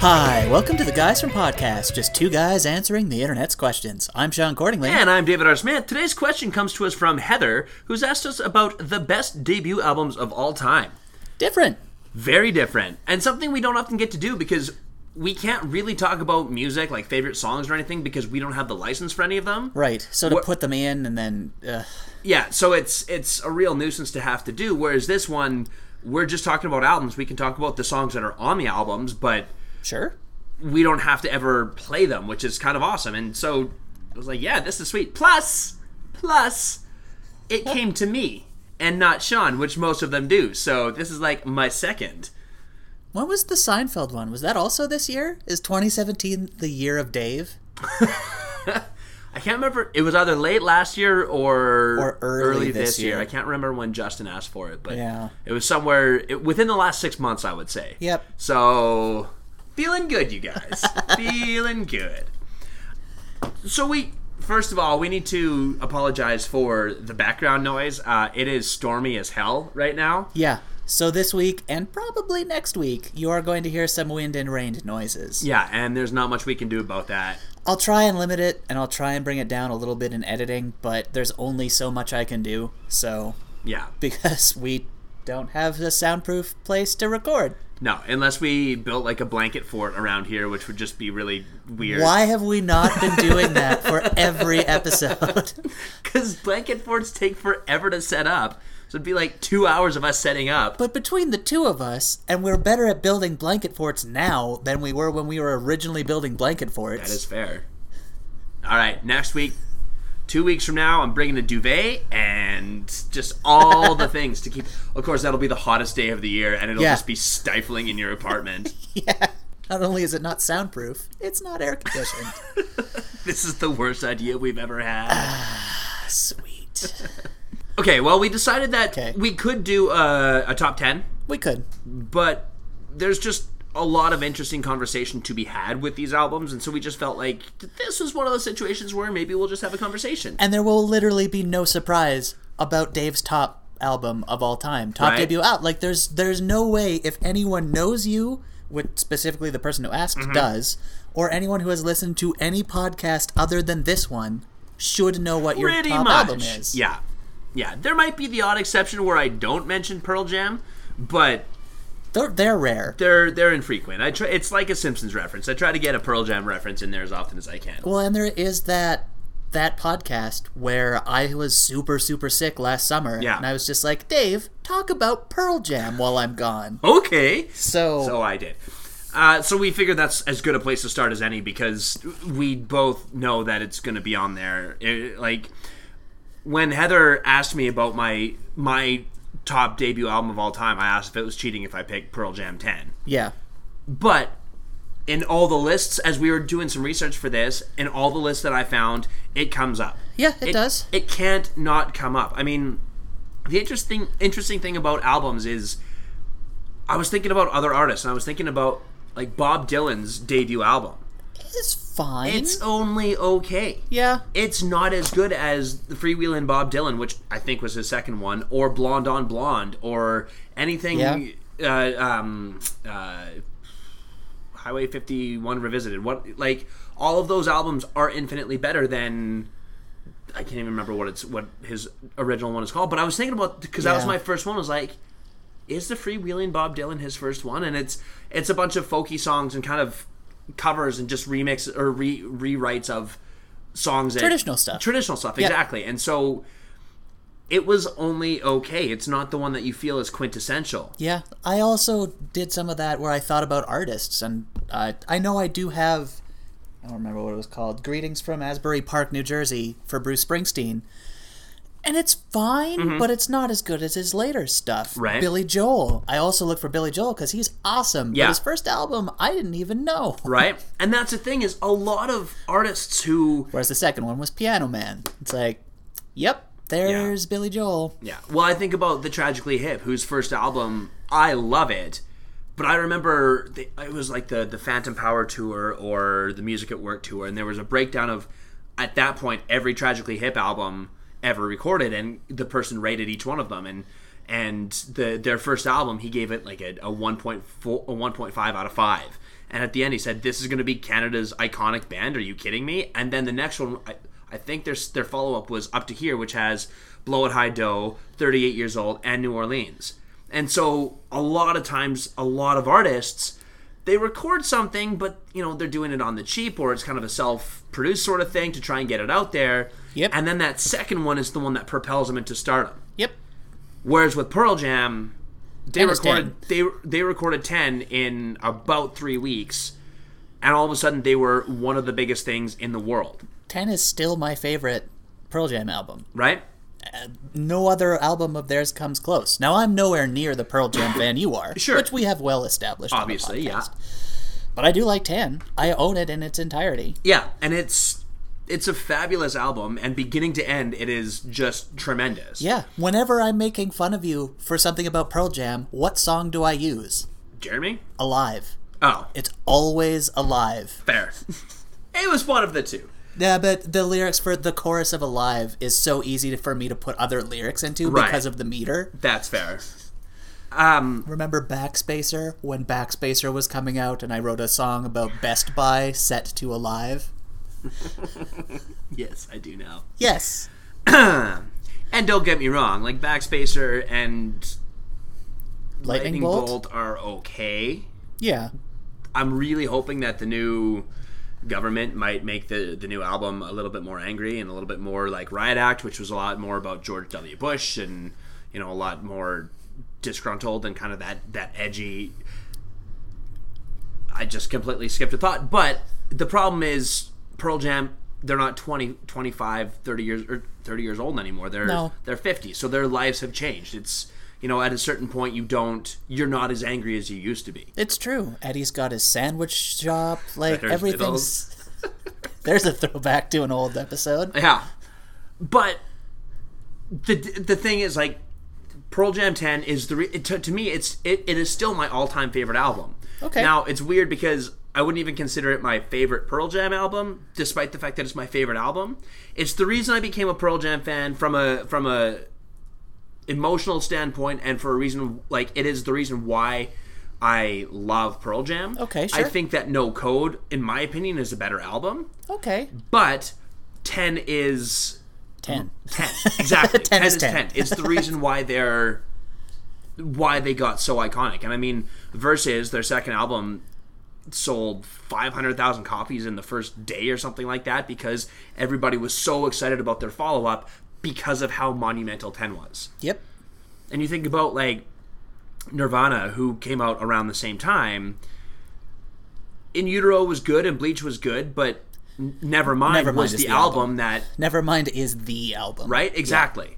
Welcome to the Guys from Podcast, just two guys answering the internet's questions. I'm Sean Cordingly. And I'm David R. Smith. Today's question comes to us from Heather, who's asked us about the best debut albums of all time. Different. Very different, and something we don't often get to do because we can't really talk about music, like favorite songs or anything, because we don't have the license for any of them. Right. So to What- put them in and then. Uh, Yeah, so it's it's a real nuisance to have to do. Whereas this one, we're just talking about albums. We can talk about the songs that are on the albums, but sure. we don't have to ever play them, which is kind of awesome. And so I was like, yeah, this is sweet. Plus, plus, it came to me and not Sean, which most of them do. So this is like my second. When was the Seinfeld one? Was that also this year? Is 2017 the year of Dave? I can't remember. It was either late last year or, Or early this year. I can't remember when Justin asked for it, but Yeah. it was somewhere it, within the last six months, I would say. Yep. So, feeling good, you guys. feeling good. So we first of all we need to apologize for the background noise. Uh, it is stormy as hell right now. Yeah. So this week and probably next week, you are going to hear some wind and rain noises. Yeah, and there's not much we can do about that. I'll try and limit it and I'll try and bring it down a little bit in editing, but there's only so much I can do. So, Yeah. because we don't have a soundproof place to record. No, unless we built like a blanket fort around here, which would just be really weird. Why have we not been doing that for every episode? Because blanket forts take forever to set up. So it'd be like two hours of us setting up. but between the two of us, and we're better at building blanket forts now than we were when we were originally building blanket forts. That is fair. All right, next week, two weeks from now, I'm bringing a duvet and just all the things to keep. Of course, that'll be the hottest day of the year, and it'll Yeah. just be stifling in your apartment. yeah. Not only is it not soundproof, it's not air conditioned. this is the worst idea we've ever had. Sweet. Okay, well, we decided that Okay. we could do a, a top 10, We could. but there's just a lot of interesting conversation to be had with these albums, and so we just felt like this was one of those situations where maybe we'll just have a conversation. And there will literally be no surprise about Dave's top album of all time, top Right. debut out. Like there's there's no way if anyone knows you, which specifically the person who asked Mm-hmm. does, or anyone who has listened to any podcast other than this one should know what your pretty top much. album is. Yeah, yeah. There might be the odd exception where I don't mention Pearl Jam, but They're, they're rare. they're they're infrequent. I try. It's like a Simpsons reference. I try to get a Pearl Jam reference in there as often as I can. Well, and there is that that podcast where I was super super sick last summer Yeah. and I was just like, "Dave, talk about Pearl Jam while I'm gone." Okay, So, so Oh, I did. Uh, so we figured that's as good a place to start as any because we both know that it's going to be on there. It- like when Heather asked me about my my top debut album of all time, I asked if it was cheating if I picked Pearl Jam ten. yeah. But in all the lists, as we were doing some research for this, in all the lists that I found, it comes up. Yeah, it does. It can't not come up. I mean, the interesting interesting thing about albums is, I was thinking about other artists, and I was thinking about like Bob Dylan's debut album. It's fine. It's only okay. yeah. It's not as good as the Freewheelin' Bob Dylan, which I think was his second one, or Blonde on Blonde, or anything. Yeah. Uh, um, uh, Highway 51 Revisited. What like all of those albums are infinitely better than I can't even remember what it's what his original one is called. But I was thinking about because that was Yeah. my first one. I was like, is the Freewheeling Bob Dylan his first one? And it's it's a bunch of folky songs and kind of covers and just remix or re, rewrites of songs that- Traditional stuff. Traditional stuff, exactly. And so it was only okay. It's not the one that you feel is quintessential. Yeah, I also did some of that where I thought about artists, and uh, I know I do have. I don't remember what it was called. Greetings from Asbury Park, New Jersey, for Bruce Springsteen, and it's fine, but it's not as good as his later stuff. Mm-hmm. Right. Billy Joel. I also look for Billy Joel because he's awesome. But Yeah. his first album, I didn't even know. Right? And that's the thing is a lot of artists who Whereas the second one was Piano Man. It's like, yep, there's Billy Joel. Yeah. Well, I think about the Tragically Hip, whose first album I love it, but I remember the, it was like the the Phantom Power tour or the Music at Work tour, and there was a breakdown of at that point every Tragically Hip album ever recorded, and the person rated each one of them, and and the their first album he gave it like a, a 1.4 a 1.5 out of five. And at the end, he said, "This is going to be Canada's iconic band. Are you kidding me?" And then the next one, I, I think their their follow up was Up to Here, which has Blow It High Dough, 38 years old, and New Orleans. And so a lot of times, a lot of artists they record something, but you know they're doing it on the cheap, or it's kind of a self-produced sort of thing to try and get it out there. Yep. And then that second one is the one that propels them into stardom. Yep. Whereas with Pearl Jam, they Ten is recorded they they recorded ten in about three weeks, and all of a sudden they were one of the biggest things in the world, 10 is still my favorite Pearl Jam album. right? No other album of theirs comes close. Now, I'm nowhere near the Pearl Jam fan you are, Sure. which we have well established. on the Obviously, yeah, podcast. But I do like 10. I own it in its entirety. yeah, and it's it's a fabulous album, and beginning to end, it is just tremendous. Yeah. Whenever I'm making fun of you for something about Pearl Jam, what song do I use? Jeremy. Alive. Oh, It's always alive. fair. it was one of the two. Yeah, but the lyrics for the chorus of Alive is so easy to- for me to put other lyrics into Right. because of the meter. That's fair. Um, Remember Backspacer when Backspacer was coming out and I wrote a song about Best Buy set to Alive? yes, I do now. Yes. And don't get me wrong, like Backspacer and Lightning, Lightning Bolt? Bolt, are okay. Yeah. I'm really hoping that the new government might make the the new album a little bit more angry and a little bit more like Riot Act, which was a lot more about George W. Bush and you know a lot more disgruntled and kind of that that edgy. I just completely skipped a thought, but the problem is Pearl Jam. They're not 20, 25, 30 years or 30 years old anymore. They're No. they're 50. So their lives have changed. It's you know at a certain point you don't you're not as angry as you used to be. It's true. Eddie's got his sandwich shop. Like, There's everything's. There's a throwback to an old episode. Yeah, but the the thing is like Pearl Jam Ten is the re- to, to me it's it, it is still my all time favorite album. Okay. Now it's weird because I wouldn't even consider it my favorite Pearl Jam album, despite the fact that it's my favorite album. It's the reason I became a Pearl Jam fan from a from a emotional standpoint, and for a reason like it is the reason why. I love Pearl Jam. Okay, I sure. think that No Code, in my opinion, is a better album, Okay. but 10 is 10. 10 exactly 10, 10 is is 10. 10 it's the reason why they're why they got so iconic and i mean versus their second album sold 500,000 copies in the first day or something like that because everybody was so excited about their follow-up because of how monumental 10 was Yep. and you think about like Nirvana, who came out around the same time. In Utero was good and Bleach was good, but N- Nevermind, Nevermind was is the, the album, album. that Nevermind is the album. right exactly.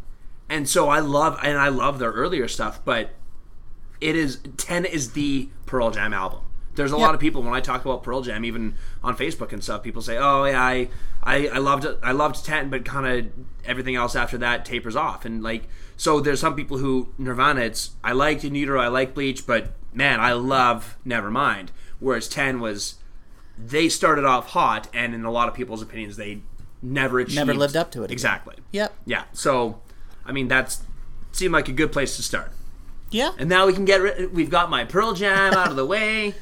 And so I love and I love their earlier stuff, but it is ten is the Pearl Jam album. There's a lot of people when I talk about Pearl Jam, even on Facebook and stuff, people say, "Oh yeah, I I, I loved it. I loved ten, but kind of everything else after that tapers off." And like, so there's some people who Nirvana, it's I liked In Utero, I like Bleach, but man, I love Nevermind. Whereas ten was they started off hot, and in a lot of people's opinions, they never achieved, Never lived up to it again. Exactly. Yep. Yeah. So, I mean, that's seemed like a good place to start. Yeah. And now we can get rid. We've got my Pearl Jam out of the way,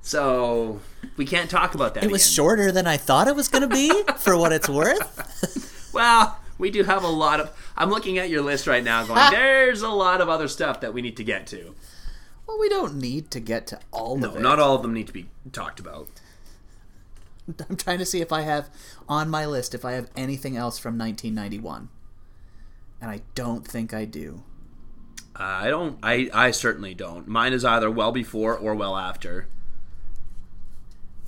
so we can't talk about that. It was again. shorter than I thought it was going to be, for what it's worth. Well, we do have a lot of. I'm looking at your list right now, going. There's a lot of other stuff that we need to get to. Well, we don't need to get to all of it. Not all of them need to be talked about. I'm trying to see if I have on my list if I have anything else from 1991, and I don't think I do. Uh, I don't. I I certainly don't. Mine is either well before or well after.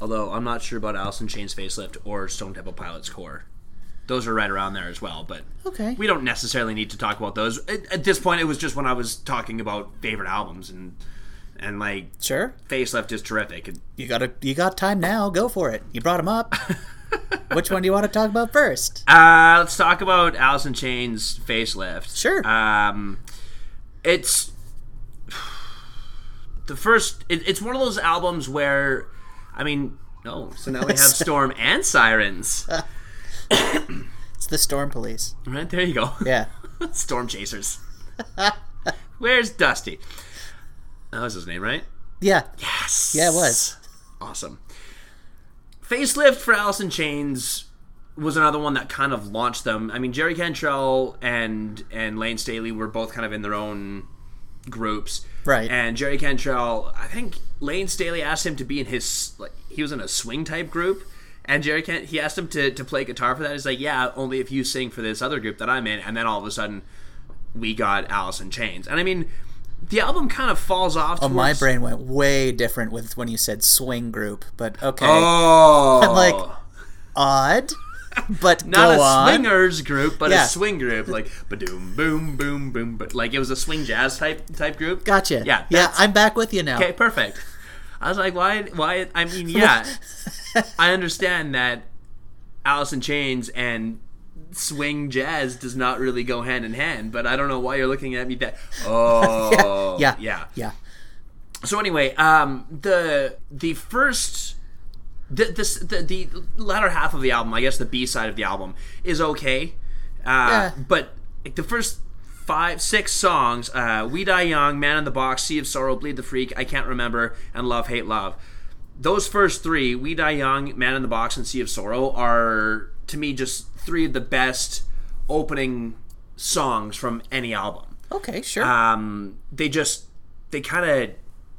Although I'm not sure about Alice in Chains facelift or Stone Temple Pilots core. Those are right around there as well, but Okay. we don't necessarily need to talk about those. At, at this point, it was just when I was talking about favorite albums and and like sure. facelift is terrific. And You got a, you got time now. Go for it. You brought him up. Which one do you want to talk about first? Uh, let's talk about Alice in Chains facelift. Sure. Um, it's the first. It, it's one of those albums where, I mean, no. So now we have Uh. Storm and Sirens. It's the Storm Police. Right there, you go. Yeah. Storm Chasers. Where's Dusty? That was his name, right? Yeah. Yes. Yeah, it was. awesome. Facelift for Alice in Chains was another one that kind of launched them. I mean, Jerry Cantrell and and Lane Staley were both kind of in their own groups, Right. And Jerry Cantrell, I think Lane Staley asked him to be in his like he was in a swing type group, and Jerry Can he asked him to to play guitar for that. He's like, yeah, only if you sing for this other group that I'm in. And then all of a sudden, we got Alice in Chains, and I mean. The album kind of falls off. Oh, my towards- brain went way different with when you said swing group, but okay, Oh, I'm like, odd, but not go a on. swingers group, but Yeah. a swing group, like ba-doom, boom, boom, boom, but like it was a swing jazz type type group. Gotcha. Yeah. yeah, that's- I'm back with you now. okay. Perfect. I was like, why? Why? I mean, yeah, I understand that Alice in Chains and swing jazz does not really go hand in hand, but I don't know why you're looking at me that. Oh, Yeah, yeah. yeah. So anyway, um, the the first the this the, the latter half of the album, I guess the B side of the album is okay, uh, Yeah. but like, the first five six songs, uh, "We Die Young," "Man in the Box," "Sea of Sorrow," "Bleed the Freak," "I Can't Remember," and "Love Hate Love." Those first three, "We Die Young," "Man in the Box," and "Sea of Sorrow," are to me just three of the best opening songs from any album Okay, sure. um, they just they kind of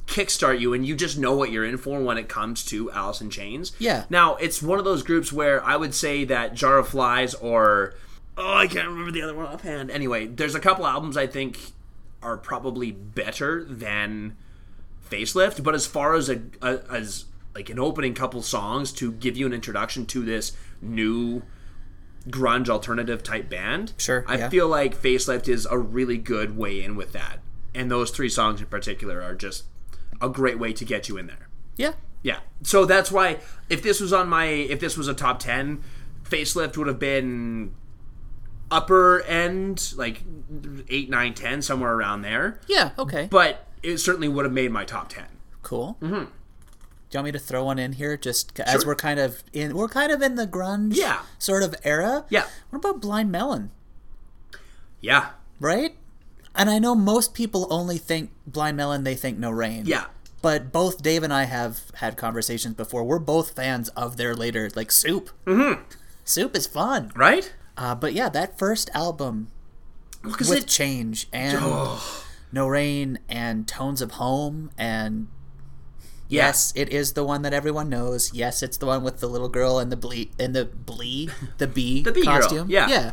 kickstart you and you just know what you're in for when it comes to Alice in Chains. Yeah. Now it's one of those groups where I would say that Jar of Flies or oh I can't remember the other one offhand. Anyway, there's a couple albums I think are probably better than Facelift, but as far as a, a as like an opening couple songs to give you an introduction to this new grunge alternative type band. Sure, I yeah. feel like Facelift is a really good way in with that. And those three songs in particular are just a great way to get you in there. yeah. Yeah. So that's why if this was on my if this was a top 10, Facelift would have been upper end like 8 9 10 somewhere around there, Yeah, okay. but it certainly would have made my top 10. cool. Mm-hmm. Do you want me to throw one in here just c- as we're kind of in we're kind of in the grunge Yeah. sort of era? Yeah. What about Blind Melon, Yeah. right? And I know most people only think Blind Melon, they think No Rain. Yeah. But both Dave and I have had conversations before. We're both fans of their later like Soup. Mm-hmm. Soup is fun. Right? Uh, but yeah, that first album Because with it change and no rain and tones of home and Yeah. yes it is the one that everyone knows yes it's the one with the little girl and the ble and the blee the bee bee girl, costume yeah. yeah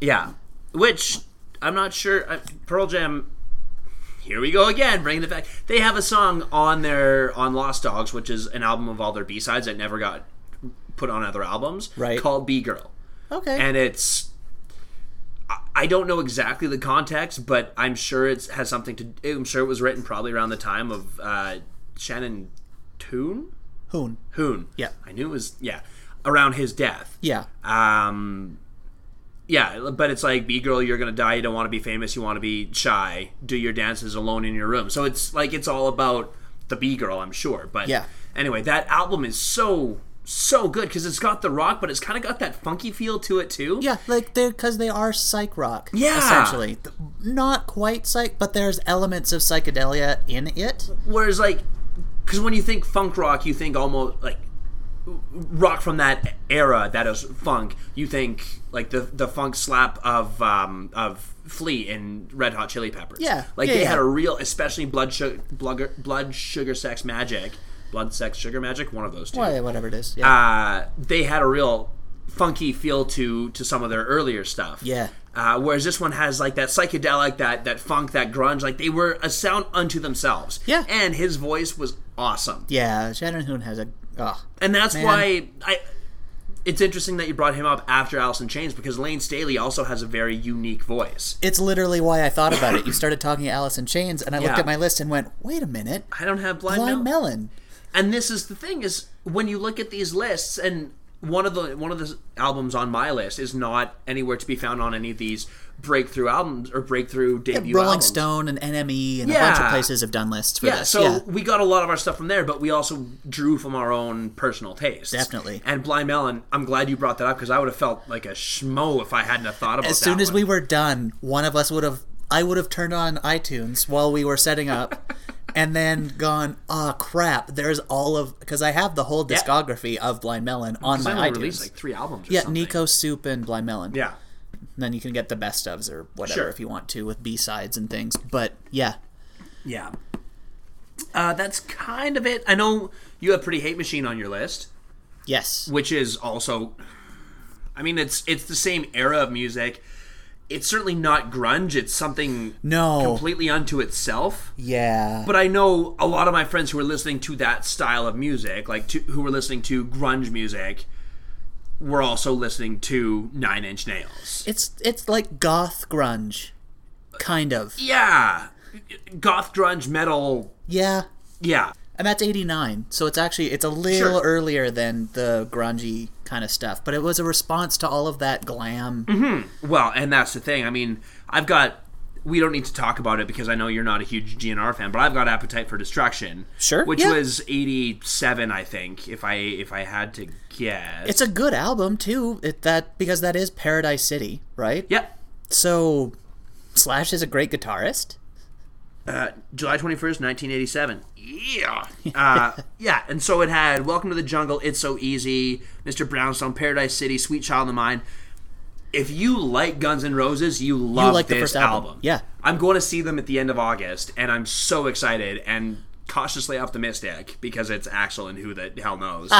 Yeah, which I'm not sure. I, Pearl Jam. Here we go again, bringing it back. They have a song on their on Lost Dogs, which is an album of all their B sides that never got put on other albums. Right. Called B Girl, okay and it's. I- I don't know exactly the context, but I'm sure it has something to. I'm sure it was written probably around the time of uh, Shannon Toon hoon Hoon. Yeah. I knew it was yeah around his death. yeah Um, yeah, but it's like, be girl, you're gonna die. You don't want to be famous. You want to be shy. Do your dances alone in your room. So it's like it's all about the b girl, I'm sure. But Yeah. anyway, that album is so so good because it's got the rock, but it's kind of got that funky feel to it too. yeah like they're because they are psych rock Yeah. essentially Th- not quite psych but there's elements of psychedelia in it Whereas like, because when you think funk rock, you think almost like rock from that era that is funk. You think like the the funk slap of um of Flea in Red Hot Chili Peppers. Yeah, like yeah, they yeah. had a real, especially blood sugar, blood, blood sugar, sex magic, blood sex sugar magic. One of those two. Why- whatever it is yeah Uh, they had a real funky feel to to some of their earlier stuff. yeah Uh, whereas this one has like that psychedelic, that that funk, that grunge. Like they were a sound unto themselves. Yeah. And his voice was awesome. yeah shannon hoon has a oh, And that's why I. It's interesting that you brought him up after Alice in Chains because Lane Staley also has a very unique voice. it's literally why I thought about it. You started talking to Alice in Chains, and I looked Yeah. at my list and went, "Wait a minute, I don't have blind, Blind Mel- Melon." And this is the thing is when you look at these lists and one of the one of the albums on my list is not anywhere to be found on any of these breakthrough albums or breakthrough debut Rolling albums. Stone and NME and a bunch of Yeah. places have done lists for Yeah, this. so yeah, we got a lot of our stuff from there, but we also drew from our own personal tastes. Definitely. And Blind Melon, I'm glad you brought that up because I would have felt like a schmo if I hadn't have thought about as soon that as one. we were done, one of us would have I would have turned on iTunes while we were setting up and then gone, ah, crap. There's all of because I have the whole Yeah. discography of Blind Melon on They my only iTunes. released like three albums. Or yeah, something. Nico Soup and Blind Melon. Yeah, And then you can get the best ofs or whatever Sure. if you want to with B sides and things. But yeah, yeah. Uh, that's kind of it. I know you have Pretty Hate Machine on your list, yes, which is also, I mean, it's it's the same era of music. It's certainly not grunge. It's something no, completely unto itself. yeah, But I know a lot of my friends who are listening to that style of music, like to, who were listening to grunge music, were also listening to Nine Inch Nails. it's it's like goth grunge, kind of. Yeah, goth grunge metal. Yeah, Yeah, and that's 89 so it's actually it's a little Sure. earlier than the grungy kind of stuff but it was a response to all of that glam Mm-hmm. Well, and that's the thing. I mean, I've got. We don't need to talk about it because I know you're not a huge GNR fan, but I've got Appetite for Destruction. Sure, Which yeah. was '87, I think, if I if I had to guess. it's a good album too it, that because that is paradise city right yep. so slash is a great guitarist Uh, July 21st, 1987. Yeah. Uh, yeah, and so it had Welcome to the Jungle, It's So Easy, Mr. Brownstone, Paradise City, Sweet Child of the Mine. If you like Guns N' Roses, you love like the this first album. Yeah. I'm going to see them at the end of August, and I'm so excited and cautiously optimistic because it's Axel and who the hell knows.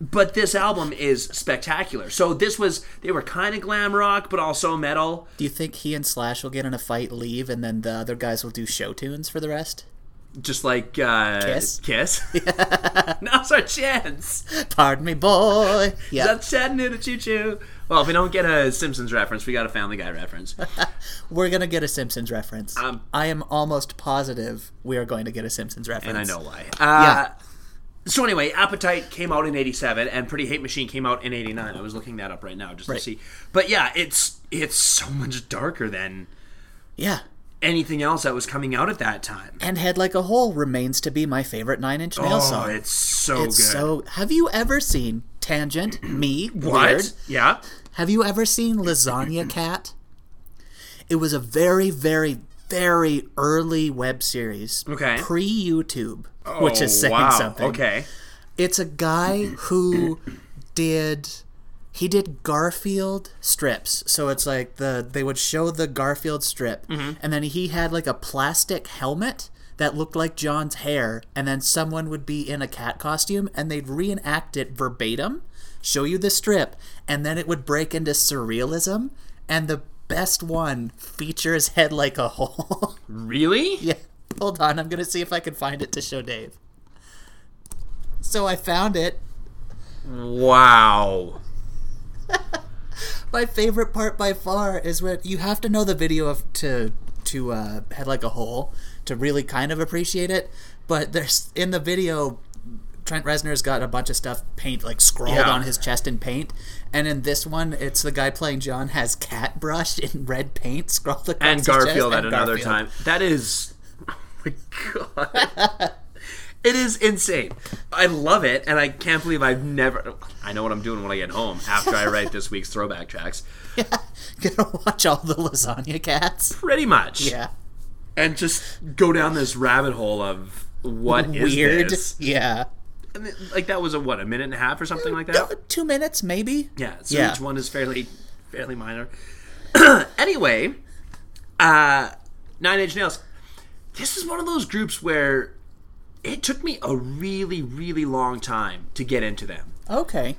but this album is spectacular. So this was, they were kind of glam rock, but also metal. do you think he and slash will get in a fight leave and then the other guys will do show tunes for the rest just like uh, Kiss? Kiss. Now's our chance. pardon me boy yeah That's Chattanooga Choo Choo. Well, if we don't get a Simpsons reference, we got a Family Guy reference. we're gonna get a simpsons reference Um, i am almost positive we are going to get a simpsons reference and I know why. Uh, So anyway, Appetite came out in '87, and Pretty Hate Machine came out in '89. I was looking that up right now just Right. to see. But yeah, it's it's so much darker than yeah anything else that was coming out at that time. and head like a hole remains to be my favorite nine inch nail Oh, song it's so It's good. so. Have you ever seen Tangent? Me? what? Weird. Yeah. Have you ever seen Lasagna Cat? It was a very, very, very early web series. Okay. Pre YouTube, which is Oh, saying wow. something. Okay. It's a guy who did. He did Garfield strips, so it's like the they would show the Garfield strip, and then he had like a plastic helmet that looked like John's hair, and then someone would be in a cat costume, and they'd reenact it verbatim, show you the strip, and then it would break into surrealism, and the best one features head like a hole. Really? Yeah. Hold on, I'm gonna see if I can find it to show Dave. So I found it. Wow. My favorite part by far is when you have to know the video of to to uh, head like a hole to really kind of appreciate it. But there's in the video, Trent Reznor's got a bunch of stuff paint like scrawled Yeah. on his chest in paint, and in this one, it's the guy playing John has cat brush in red paint scrawled across and his chest, Garfield at and another Garfield. time. That is, oh my god, it is insane. I love it, and I can't believe I've never. I know what I'm doing when I get home after I write this week's throwback tracks. Gonna watch all the lasagna cats. Pretty much, Yeah, And just go down this rabbit hole of what is weird. this? Yeah. And then, like that was a what a minute and a half or something like No, that. two minutes maybe. Yeah, so Yeah. each one is fairly fairly minor. anyway, uh Nine Inch Nails. This is one of those groups where it took me a really, really long time to get into them. Okay.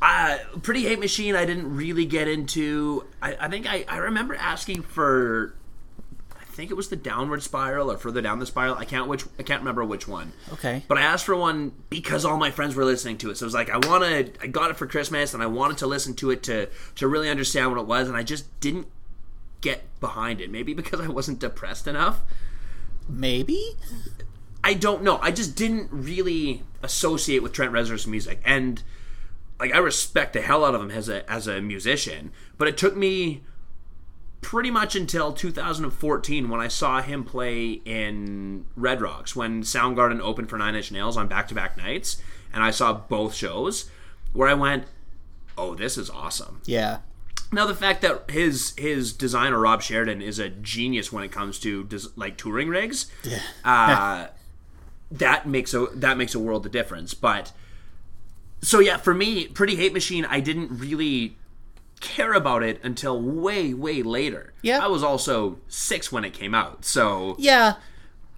Uh, Pretty Hate Machine, I didn't really get into. I, I think I, I remember asking for, I think it was the Downward Spiral or Further Down the Spiral. I can't which I can't remember which one. Okay. But I asked for one because all my friends were listening to it. So it was like I wanted I got it for Christmas and I wanted to listen to it to to really understand what it was and I just didn't get behind it. Maybe because I wasn't depressed enough. maybe. I don't know. I just didn't really associate with Trent Reznor's music, and like I respect the hell out of him as a as a musician, but it took me pretty much until 2014 when I saw him play in Red Rocks when Soundgarden opened for Nine Inch Nails on back to back nights, and I saw both shows where I went, "Oh, this is awesome." Yeah. Now the fact that his his designer Rob Sheridan is a genius when it comes to des- like touring rigs, yeah. uh, that makes a that makes a world of difference. But so yeah, for me, Pretty Hate Machine, I didn't really care about it until way way later. Yeah. I was also six when it came out, so Yeah.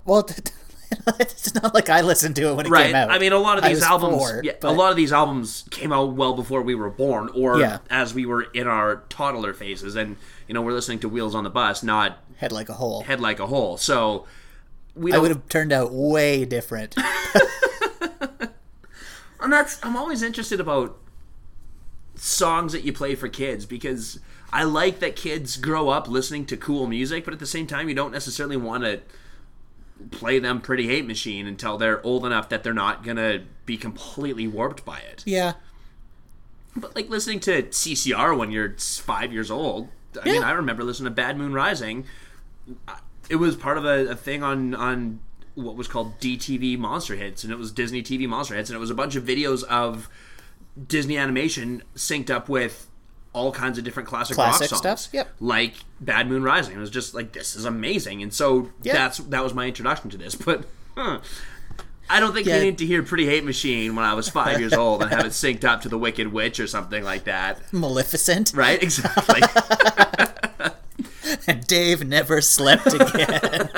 Well, it's not like I listened to it when it right. came out. I mean, a lot of I these was albums, four, yeah, a but- lot of these albums came out well before we were born, or Yeah. as we were in our toddler phases, and you know we're listening to Wheels on the Bus, not Head like a hole. Head Like a Hole. So we I don't- would have turned out way different. and that's I'm always interested about songs that you play for kids because I like that kids grow up listening to cool music, but at the same time, you don't necessarily want to play them Pretty Hate Machine until they're old enough that they're not gonna be completely warped by it. yeah. But like listening to CCR when you're s- five years old. I mean, Yeah. I remember listening to Bad Moon Rising. I- It was part of a, a thing on on what was called DTV Monster Hits, and it was Disney TV Monster Hits, and it was a bunch of videos of Disney animation synced up with all kinds of different classic, Classic rock stuff, songs, yep. like Bad Moon Rising. It was just like this is amazing, and so Yeah. that's that was my introduction to this. But huh, I don't think Yeah. you need to hear Pretty Hate Machine when I was five years old and have it synced up to The Wicked Witch or something like that. Maleficent. Right? Exactly. And Dave never slept again.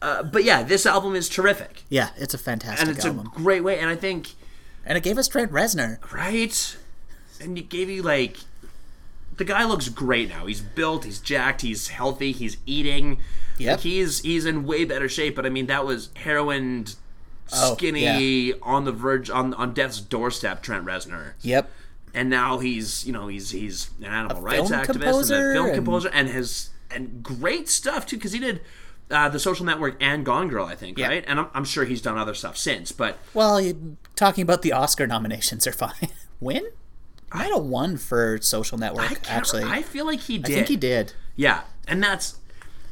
but yeah, this album is terrific. yeah, it's a fantastic And it's album. a great way. And I think, And it gave us Trent Reznor. right? And it gave you like. The guy looks great now. He's built, he's jacked, he's healthy, he's eating. Yep. Like, he's he's in way better shape, but I mean that was heroined, Oh, skinny, on the verge on on death's doorstep Trent Reznor. Yep. and now he's you know he's he's an animal rights film activist and composer a film and- composer and his and great stuff too because he did uh, the Social Network and Gone Girl I think Yeah. right and I'm, I'm sure he's done other stuff since but Well, you, talking about the Oscar nominations are fine. When? I had a one for Social Network, I can't, actually. I feel like he did I think he did. yeah and that's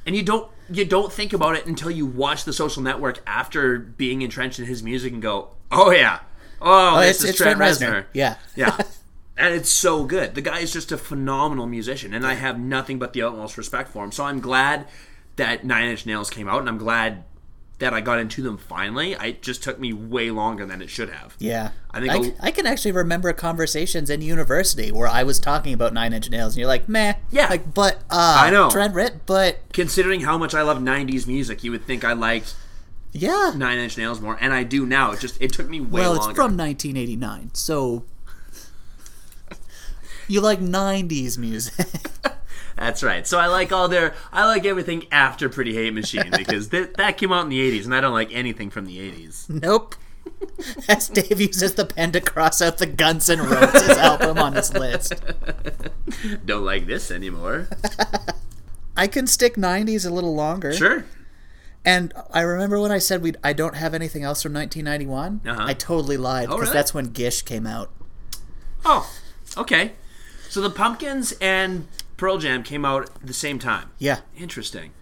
and you don't you don't think about it until you watch the Social Network after being entrenched in his music and go oh yeah oh, this it's- is it's Trent Trent Reznor, Reznor. Yeah. yeah. And it's so good. The guy is just a phenomenal musician, and I have nothing but the utmost respect for him. So I'm glad that Nine Inch Nails came out, and I'm glad that I got into them finally. It just took me way longer than it should have. Yeah. I think I, a- c- I can actually remember conversations in university where I was talking about Nine Inch Nails, and you're like, meh. Yeah. Like, but, uh, I know. Trent Rit, but, Considering how much I love 90s music, you would think I liked yeah. Nine Inch Nails more, and I do now. It just it took me way well, longer. it's from 1989, so. you like 90s music. That's right. So I like all their I like everything after Pretty Hate Machine because th- that came out in the 80s, and I don't like anything from the 80s. Nope. As Dave uses the pen to cross out the Guns N' Roses album on his list. don't like this anymore. I can stick 90s a little longer. Sure. And I remember when I said we I don't have anything else from 1991. Uh-huh. I totally lied because really? that's when Gish came out. Oh, okay. So the Pumpkins and Pearl Jam came out at the same time. Yeah. Interesting.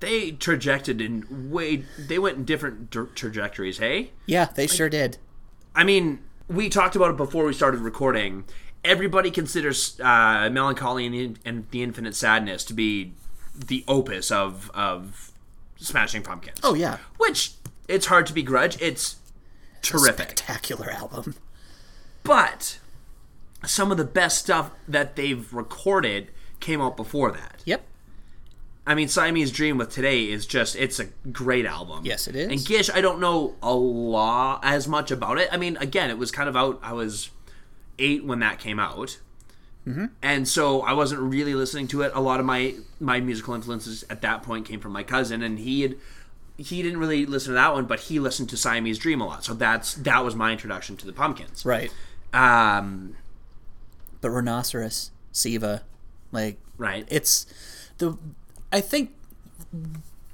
They trajected in way. They went in different dir- trajectories. Hey, Yeah, they sure did. I mean, we talked about it before we started recording. Everybody considers uh, "Melancholy and the, and the Infinite Sadness" to be the opus of of Smashing Pumpkins. Oh yeah. which it's hard to begrudge. It's terrific. Spectacular album. but some of the best stuff that they've recorded came out before that. Yep. I mean, Siamese Dream with Today is just it's a great album. Yes, it is. And Gish, I don't know a lot as much about it. I mean, again, it was kind of out. I was eight when that came out, mm-hmm. and so I wasn't really listening to it. A lot of my my musical influences at that point came from my cousin, and he had he didn't really listen to that one, but he listened to Siamese Dream a lot. So that's that was my introduction to the Pumpkins. Right. Um, But Rhinoceros, Siva, like right. it's the I think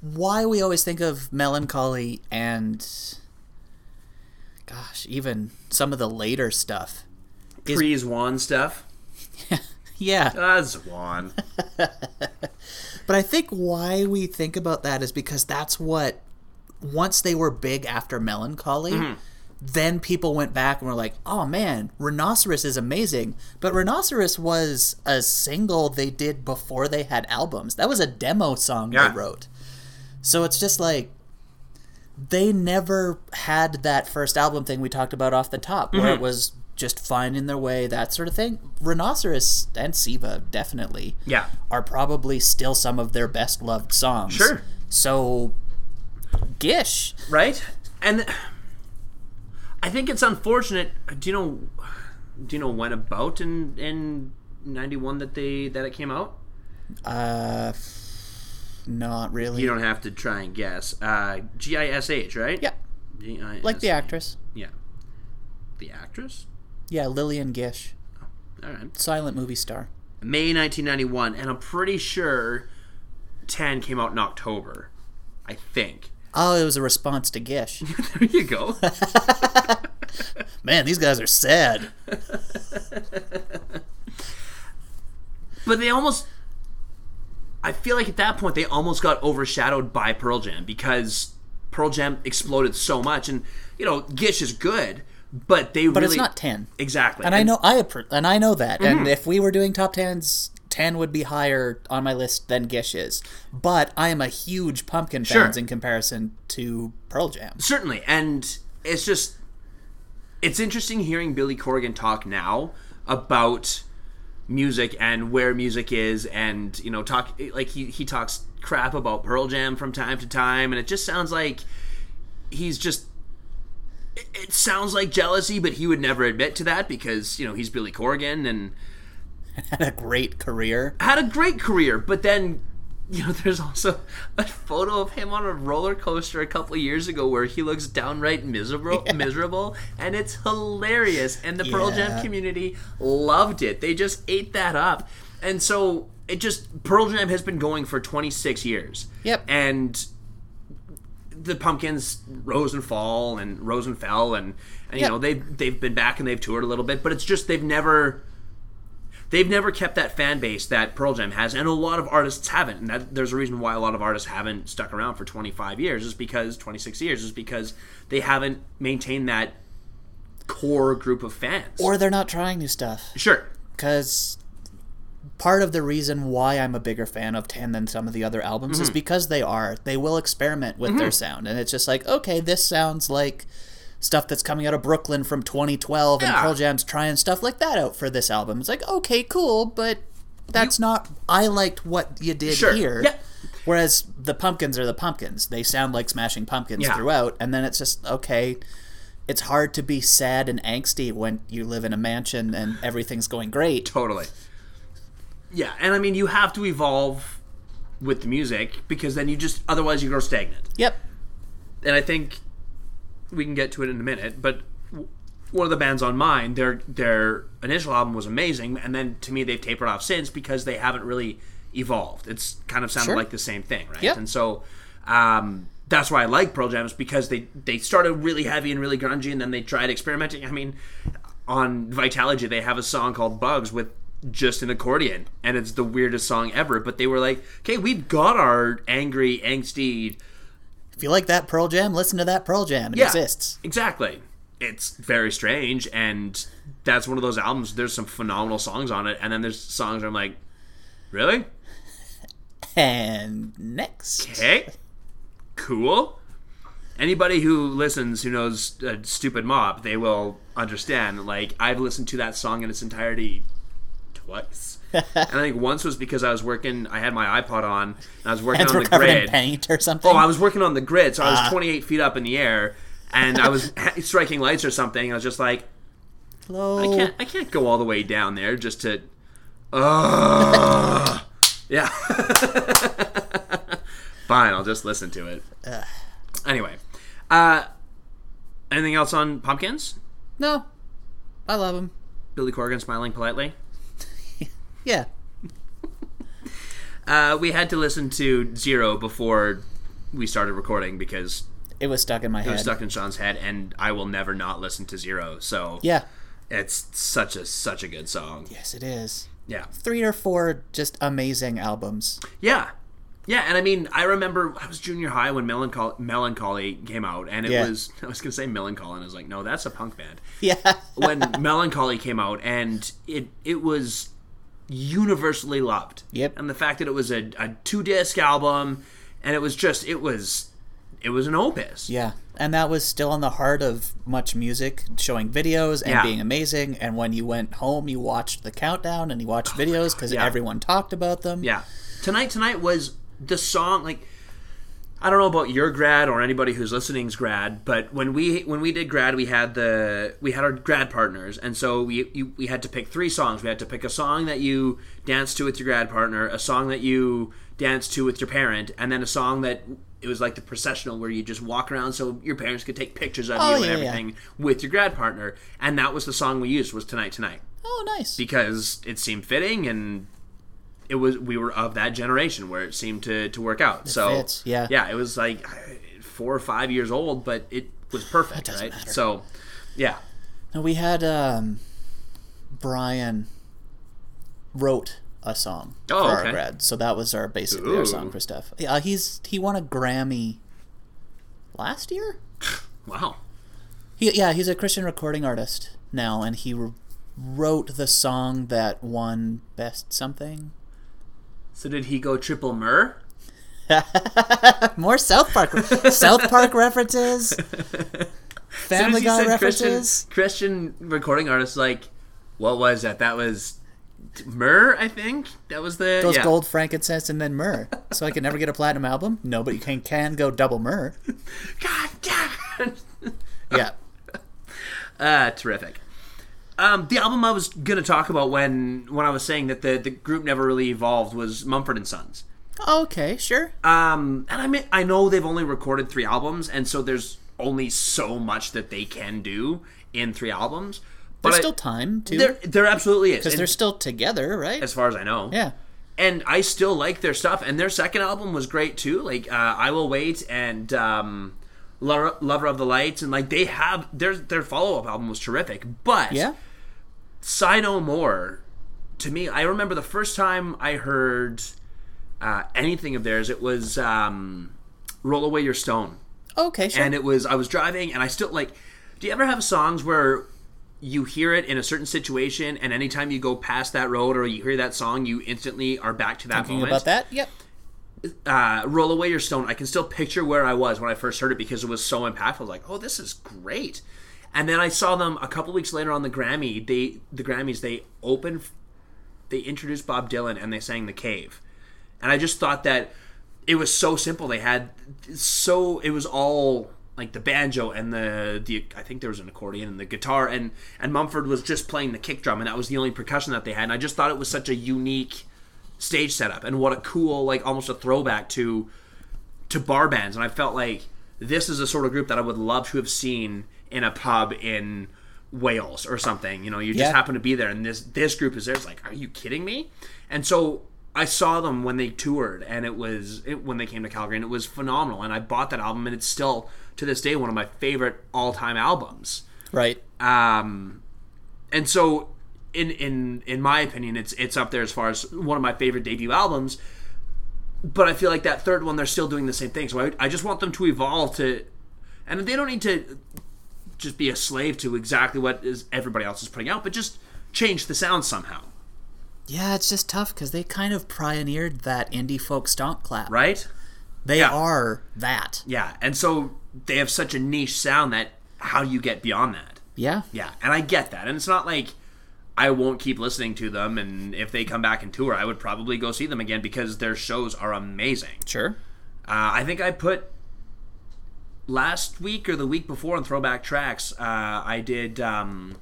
why we always think of melancholy and gosh, even some of the later stuff. is- Pre Zwan stuff. Yeah. Ah, Zwan. But I think why we think about that is because that's what once they were big after Melancholy, then people went back and were like, "Oh man, Rhinoceros is amazing." But Rhinoceros was a single they did before they had albums. That was a demo song Yeah. they wrote. So it's just like they never had that first album thing we talked about off the top, where Mm-hmm. it was just finding their way, that sort of thing. Rhinoceros and Siva definitely Yeah. are probably still some of their best loved songs. Sure. So, Gish. right? And I think it's unfortunate. Do you know? Do you know when about in in ninety one that they that it came out? Uh, not really. You don't have to try and guess. Uh, G I S H, right? yeah, G-I-S-H. like the actress. Yeah. The actress. Yeah, Lillian Gish, All right. silent movie star. May 1991, and I'm pretty sure 10 came out in October. I think. Oh, it was a response to Gish. There you go. Man, these guys are sad. but they almost I feel like at that point they almost got overshadowed by Pearl Jam because Pearl Jam exploded so much and you know, Gish is good, but they But really it's not ten. Exactly. And I know I appro- and I know that. And if we were doing top tens, ten would be higher on my list than Gish is. But I am a huge Pumpkin Sure. fans in comparison to Pearl Jam. certainly and it's just it's interesting hearing billy corrigan talk now about music and where music is and you know talk like he, he talks crap about pearl jam from time to time and it just sounds like he's just it- it sounds like jealousy but he would never admit to that because you know he's billy corrigan and Had a great career. had a great career, but then you know there's also a photo of him on a roller coaster a couple of years ago where he looks downright miserable miserable and it's hilarious and the Pearl Jam Yeah. community loved it. They just ate that up. And so it just Pearl Jam has been going for 26 years. Yep. And the pumpkins rose and fall and rose and fell and, and you Yep. know they've they've been back and they've toured a little bit but it's just they've never they've never kept that fan base that Pearl Jam has, and a lot of artists haven't. And that, there's a reason why a lot of artists haven't stuck around for 25 years, is because 26 years, is because they haven't maintained that core group of fans. Or they're not trying new stuff. sure, because part of the reason why I'm a bigger fan of Ten than some of the other albums is Mm-hmm. because they are. They will experiment with their sound, and it's just like, okay, this sounds like stuff that's coming out of Brooklyn from 2012, and Yeah. Pearl Jam's trying stuff like that out for this album. It's like, okay, cool, but that's not. I liked what you did Sure. here. Yeah. Whereas the pumpkins are the pumpkins. They sound like smashing pumpkins Yeah. throughout, and then it's just okay it's hard to be sad and angsty when you live in a mansion and everything's going great. totally. Yeah, and I mean you have to evolve with the music because then you just otherwise you grow stagnant. Yep. and I think we can get to it in a minute. But w- one of the bands on mine, their their initial album was amazing, and then to me they've tapered off since because they haven't really evolved. It's kind of sounded Sure. like the same thing, right? Yep. And so um, that's why I like Pearl Jam is because they they started really heavy and really grungy, and then they tried experimenting. I mean, on Vitalogy they have a song called Bugs with just an accordion and it's the weirdest song ever but they were like okay we've got our angry angsty If you like that Pearl Jam, listen to that Pearl Jam. It yeah, exists. Exactly. It's very strange, and that's one of those albums. There's some phenomenal songs on it, and then there's songs where I'm like, really? And next. Hey, cool. Anybody who listens who knows uh, Stupid Mob, they will understand. Like, I've listened to that song in its entirety twice. and I think once was because I was working, I had my iPod on, and I was working Hands on were the covered grid. in paint Ah. or something. Oh, I was working on the grid, so I was 28 feet up in the air, and I was striking lights or something. And I was just like, Hello. I can't, I can't go all the way down there just to. Ugh. yeah. Fine, I'll just listen to it. Anyway, uh, anything else on pumpkins? No. I love him. Billy Corgan smiling politely. Yeah. Uh, we had to listen to Zero before we started recording because It was stuck in my it's head. stuck in Sean's head, and I will never not listen to Zero. So Yeah. it's such a such a good song. Yes, it is. Yeah, Three or four just amazing albums. yeah. Yeah, and I mean, I remember I was junior high when Melancholy, Melancholy came out, and it Yeah. was I was gonna say Melancholy, and I was like, no, that's a punk band. Yeah. When Melancholy came out, and it it was universally loved. Yep. And the fact that it was a, a two disc album, and it was just it was it was an opus. Yeah, and that was still in the heart of much music, showing videos and Yeah. being amazing. And when you went home, you watched the countdown and you watched videos because Oh yeah. everyone talked about them. Yeah. Tonight tonight was the song like I don't know about your grad or anybody who's listening's grad, but when we when we did grad, we had the we had our grad partners, and so we you, we had to pick three songs. We had to pick a song that you danced to with your grad partner, a song that you danced to with your parent, and then a song that it was like the processional where you just walk around so your parents could take pictures of Oh, you yeah, and yeah. everything with your grad partner, and that was the song we used was tonight tonight Oh, nice. because it seemed fitting and it was we were of that generation where it seemed to to work out. so fits, yeah. yeah, it was like I- four or five years old, but it was perfect, doesn't right? matter. So yeah, And we had um, Brian wrote a song Oh, for okay. our grad, so that was our basically our song Ooh. for stuff. Yeah, he's he won a Grammy last year. wow, He, yeah, he's a Christian recording artist now, and he wrote the song that won best something. so did he go triple myrrh? More South Park, South Park references, Family As soon as Guy you said references. Christian, Christian recording artists like what was that? That was myrrh, I think. That was the Those yeah. gold, frankincense, and then myrrh. So I could never get a platinum album. No, but you can can go double myrrh. God damn. it. Yeah, Uh, terrific. Um, the album I was gonna talk about when when I was saying that the, the group never really evolved was Mumford and Sons. Oh, okay, sure. Um, and I mean I know they've only recorded three albums, and so there's only so much that they can do in three albums. But There's I- still time too, there because there absolutely is, and they're still together, right? as far as I know. Yeah, And I still like their stuff, and their second album was great too. Like uh, I will wait and um, Lo- Lover of the Lights, and like they have their their follow up album was terrific. But yeah. Sigh No More, to me, I remember the first time I heard uh, anything of theirs, it was um, Roll Away Your Stone. Okay, sure. And it was, I was driving, and I still, like, do you ever have songs where you hear it in a certain situation, and anytime you go past that road or you hear that song, you instantly are back to that Thinking moment? about that, yep. uh, "Roll Away Your Stone," I can still picture where I was when I first heard it because it was so impactful. Like, oh, this is great. And then I saw them a couple weeks later on the Grammy. They the Grammys they opened, they introduced Bob Dylan and they sang "The Cave," and I just thought that it was so simple. They had so it was all like the banjo and the the I think there was an accordion and the guitar and and Mumford was just playing the kick drum and that was the only percussion that they had. And I just thought it was such a unique stage setup and what a cool like almost a throwback to to bar bands and i felt like this is a sort of group that i would love to have seen in a pub in wales or something you know you just Yeah. happen to be there and this this group is there it's like are you kidding me and so i saw them when they toured and it was it, when they came to calgary and it was phenomenal and i bought that album and it's still to this day one of my favorite all-time albums Right. um, and so in in in my opinion, it's it's up there as far as one of my favorite debut albums. But I feel like that third one, they're still doing the same thing. So I, I just want them to evolve to, and they don't need to just be a slave to exactly what is everybody else is putting out, but just change the sound somehow, Yeah, it's just tough because they kind of pioneered that indie folk stomp clap. right? They yeah. are that. Yeah, and so they have such a niche sound that how do you get beyond that? Yeah. Yeah, and I get that. And it's not like I won't keep listening to them and if they come back and tour, I would probably go see them again because their shows are amazing. Sure. Uh, I think I put last week or the week before on Throwback Tracks, uh, I did um,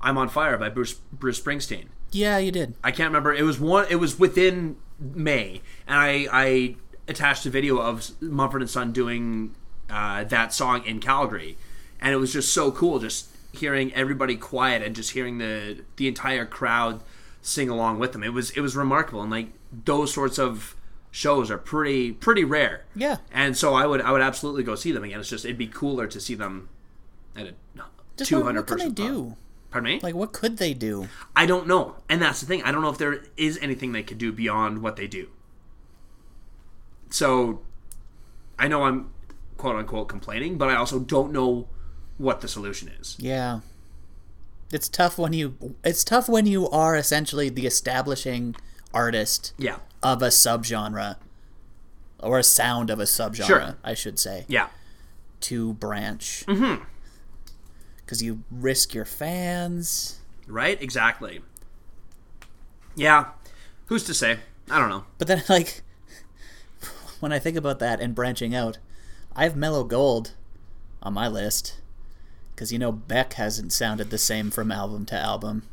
I'm on Fire by Bruce Bruce Springsteen. Yeah, you did. I can't remember. It was one. It was within May, and I I attached a video of Mumford and Son doing uh, that song in Calgary, and it was just so cool, just hearing everybody quiet and just hearing the the entire crowd sing along with them. It was it was remarkable, and like those sorts of shows are pretty pretty rare. Yeah. and so I would I would absolutely go see them again. It's just it'd be cooler to see them at a Just two what, what hundred can they percent. do? Pardon me. Like, what could they do? I don't know. And that's the thing. I don't know if there is anything they could do beyond what they do. So I know I'm quote unquote complaining, but I also don't know what the solution is. Yeah. It's tough when you it's tough when you are essentially the establishing artist Yeah. of a subgenre or a sound of a subgenre, Sure. I should say, Yeah. to branch. Cuz you risk your fans. Right? Exactly. Yeah. Who's to say? I don't know. But then like when I think about that and branching out, I have Mellow Gold on my list cuz you know Beck hasn't sounded the same from album to album.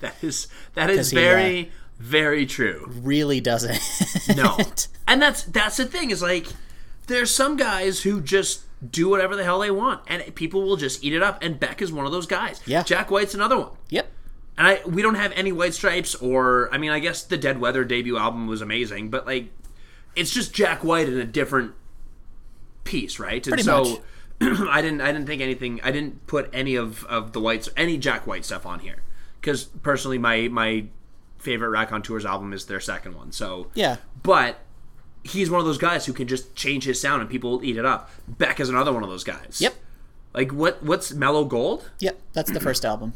That is that is he, uh, very very true. Really doesn't. No. and that's that's the thing is like there's some guys who just do whatever the hell they want and people will just eat it up and Beck is one of those guys. Yeah. Jack White's another one. yep. And I we don't have any white stripes or I mean I guess the Dead Weather debut album was amazing, but like it's just Jack White in a different piece, right? And Pretty so I didn't I didn't think anything I didn't put any of, of the whites any Jack White stuff on here. Because personally my my favorite Raconteurs album is their second one. So Yeah. But he's one of those guys who can just change his sound and people will eat it up. Beck is another one of those guys. Yep. Like what what's Mellow Gold? Yep, that's the first album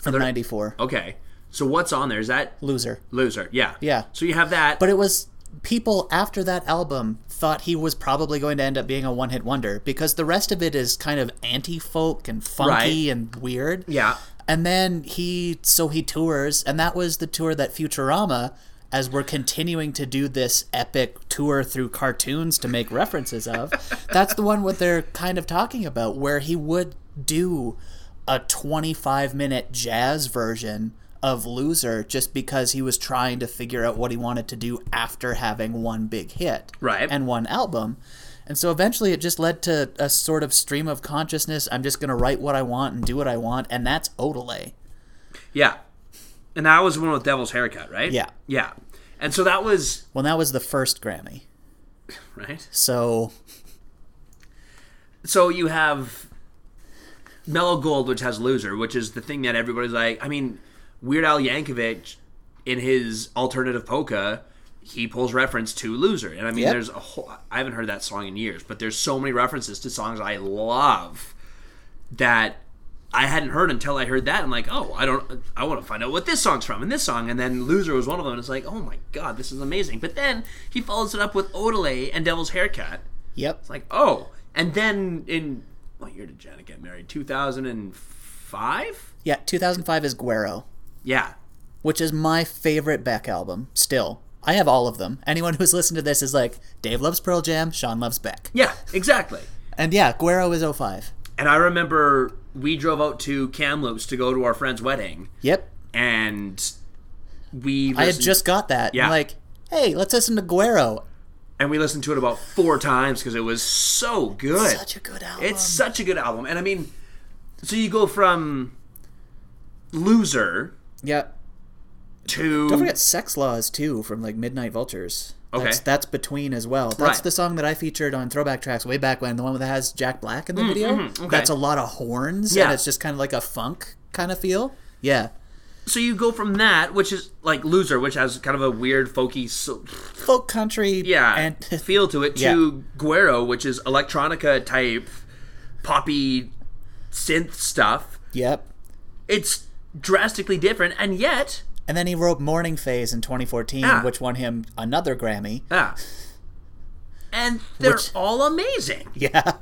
from '94. Okay. So what's on there? Is that Loser. Loser, yeah. Yeah. So you have that. But it was people after that album thought he was probably going to end up being a one-hit wonder because the rest of it is kind of anti-folk and funky and weird. yeah. And then he so he tours, and that was the tour that Futurama, as we're continuing to do this epic tour through cartoons to make references of, that's the one what they're kind of talking about, where he would do a 25 minute jazz version of Loser just because he was trying to figure out what he wanted to do after having one big hit Right. and one album. And so eventually it just led to a sort of stream of consciousness. I'm just going to write what I want and do what I want. And that's Odelay. Yeah. And that was the one with Devil's Haircut, right? Yeah. Yeah. And so that was Well, that was the first Grammy. right. So, So you have Mellow Gold, which has Loser, which is the thing that everybody's like I mean, Weird Al Yankovic in his alternative polka, he pulls reference to Loser. And I mean Yep. there's a whole I haven't heard that song in years, but there's so many references to songs I love that I hadn't heard until I heard that. I'm like, oh, I don't, I want to find out what this song's from and this song. And then Loser was one of them. And it's like, oh my God, this is amazing. But then he follows it up with Odelay and Devil's Haircut. yep. Like, oh. And then in, what year did Janet get married? 2005? Yeah, 2005 is Guero, Yeah. which is my favorite Beck album still. I have all of them. Anyone who's listened to this is like, Dave loves Pearl Jam, Sean loves Beck. Yeah, exactly. And yeah, Guero is 05. And I remember we drove out to Kamloops to go to our friend's wedding. Yep. And we I had listened- just got that. Yeah. I'm like, hey, let's listen to Guero. and we listened to it about four times because it was so good. Such a good album. It's such a good album. And I mean, so you go from Loser Yep. to. Don't forget Sex Laws too from like Midnight Vultures. Okay. That's, that's between as well. That's Right. the song that I featured on Throwback Tracks way back when, the one that has Jack Black in the video. Mm, mm-hmm, okay. That's a lot of horns Yeah. and it's just kind of like a funk kind of feel. Yeah. So you go from that, which is like Loser, which has kind of a weird folky so- Folk country yeah, and feel to it, to Guero, which is electronica type poppy synth stuff. Yep. It's drastically different, and yet. And then he wrote Morning Phase in 2014, Ah. which won him another Grammy. Ah, and they're Which- all amazing. Yeah.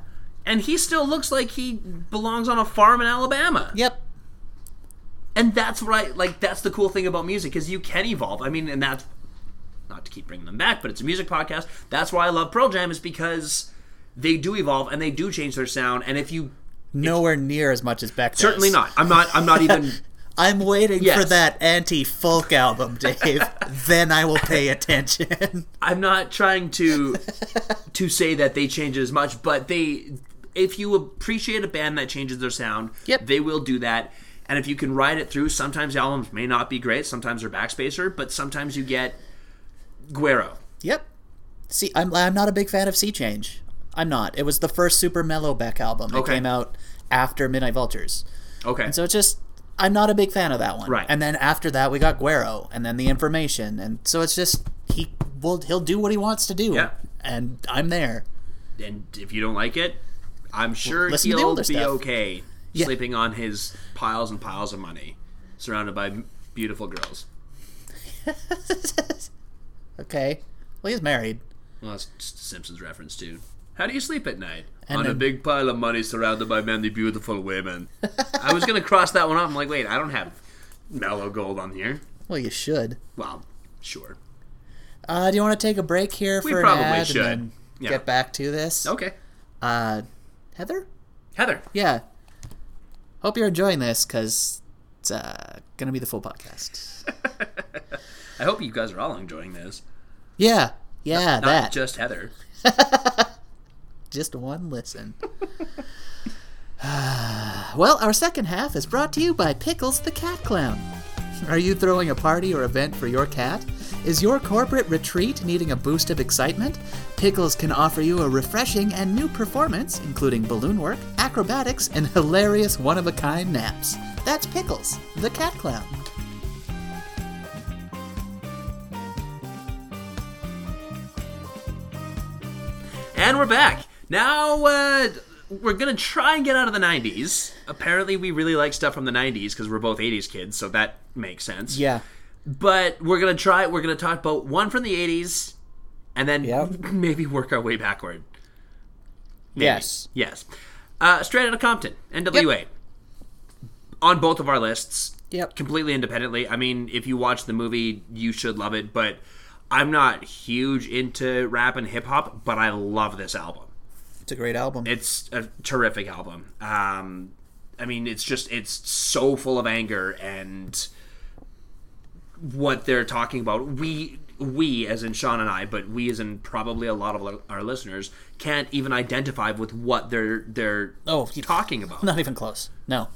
And he still looks like he belongs on a farm in Alabama. Yep. and that's what I like. That's the cool thing about music is you can evolve. I mean, and that's not to keep bringing them back, but it's a music podcast. That's why I love Pearl Jam is because they do evolve and they do change their sound. And if you Nowhere near as much as Beck. does. certainly not, I'm not, I'm not even. I'm waiting for Yes. that anti folk album, Dave. then I will pay attention. I'm not trying to to say that they change as much, but they if you appreciate a band that changes their sound, Yep. they will do that. And if you can ride it through, sometimes the albums may not be great, sometimes they're backspacer, but sometimes you get Guero. Yep. See, I'm I'm not a big fan of Sea Change. I'm not. It was the first super mellow Beck album. It Okay. came out after Midnight Vultures. Okay. So it's just I'm not a big fan of that one. Right. And then after that we got Guero and then the information and so it's just he will he'll do what he wants to do. Yeah. and I'm there. and if you don't like it, I'm sure listen to the he'll older be stuff. okay Yeah. sleeping on his piles and piles of money, surrounded by beautiful girls. okay. Well, he's married. Well, that's just a Simpsons reference too. How do you sleep at night? And on a then- big pile of money, surrounded by many beautiful women. I was gonna cross that one off. I'm like, wait, I don't have mellow gold on here. Well, you should. Well, sure. Uh, do you want to take a break here for an probably ad should. and then Yeah. get back to this? Okay, Uh, Heather? Heather. Yeah. Hope you're enjoying this because it's uh, going to be the full podcast. I hope you guys are all enjoying this. Yeah. Yeah, Not that. just Heather. just one listen. well, our second half is brought to you by Pickles the Cat Clown. Are you throwing a party or event for your cat? Is your corporate retreat needing a boost of excitement? Pickles can offer you a refreshing and new performance, including balloon work, acrobatics, and hilarious one of a kind naps. That's Pickles, the Cat Clown. And we're back. Now uh, we're gonna try and get out of the '90s. Apparently, we really like stuff from the '90s because we're both '80s kids, so that makes sense. Yeah. But we're gonna try. We're gonna talk about one from the '80s, and then Yep. maybe work our way backward. Maybe. Yes. Yes. Uh, straight out of Compton, NWA. On both of our lists. Yep. Completely independently. I mean, if you watch the movie, you should love it, but I'm not huge into rap and hip hop, but I love this album. It's a great album. It's a terrific album. Um, I mean, it's just, it's so full of anger and what they're talking about. We, we, as in Sean and I, but we, as in probably a lot of our listeners, can't even identify with what they're they're Oh, you- talking about Not even close. No.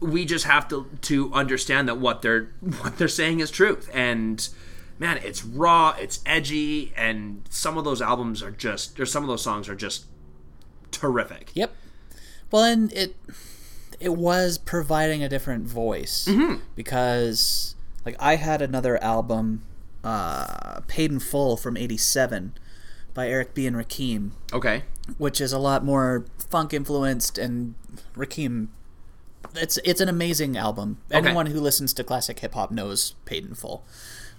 we just have to to understand that what they're what they're saying is truth and man it's raw it's edgy and some of those albums are just or some of those songs are just terrific Yep. Well, and it it was providing a different voice Mm-hmm. because like I had another album, uh, Paid in Full from '87 by Eric B and Rakim, okay which is a lot more funk influenced and Rakim. It's it's an amazing album. Anyone who listens to classic hip hop knows Paid in Full.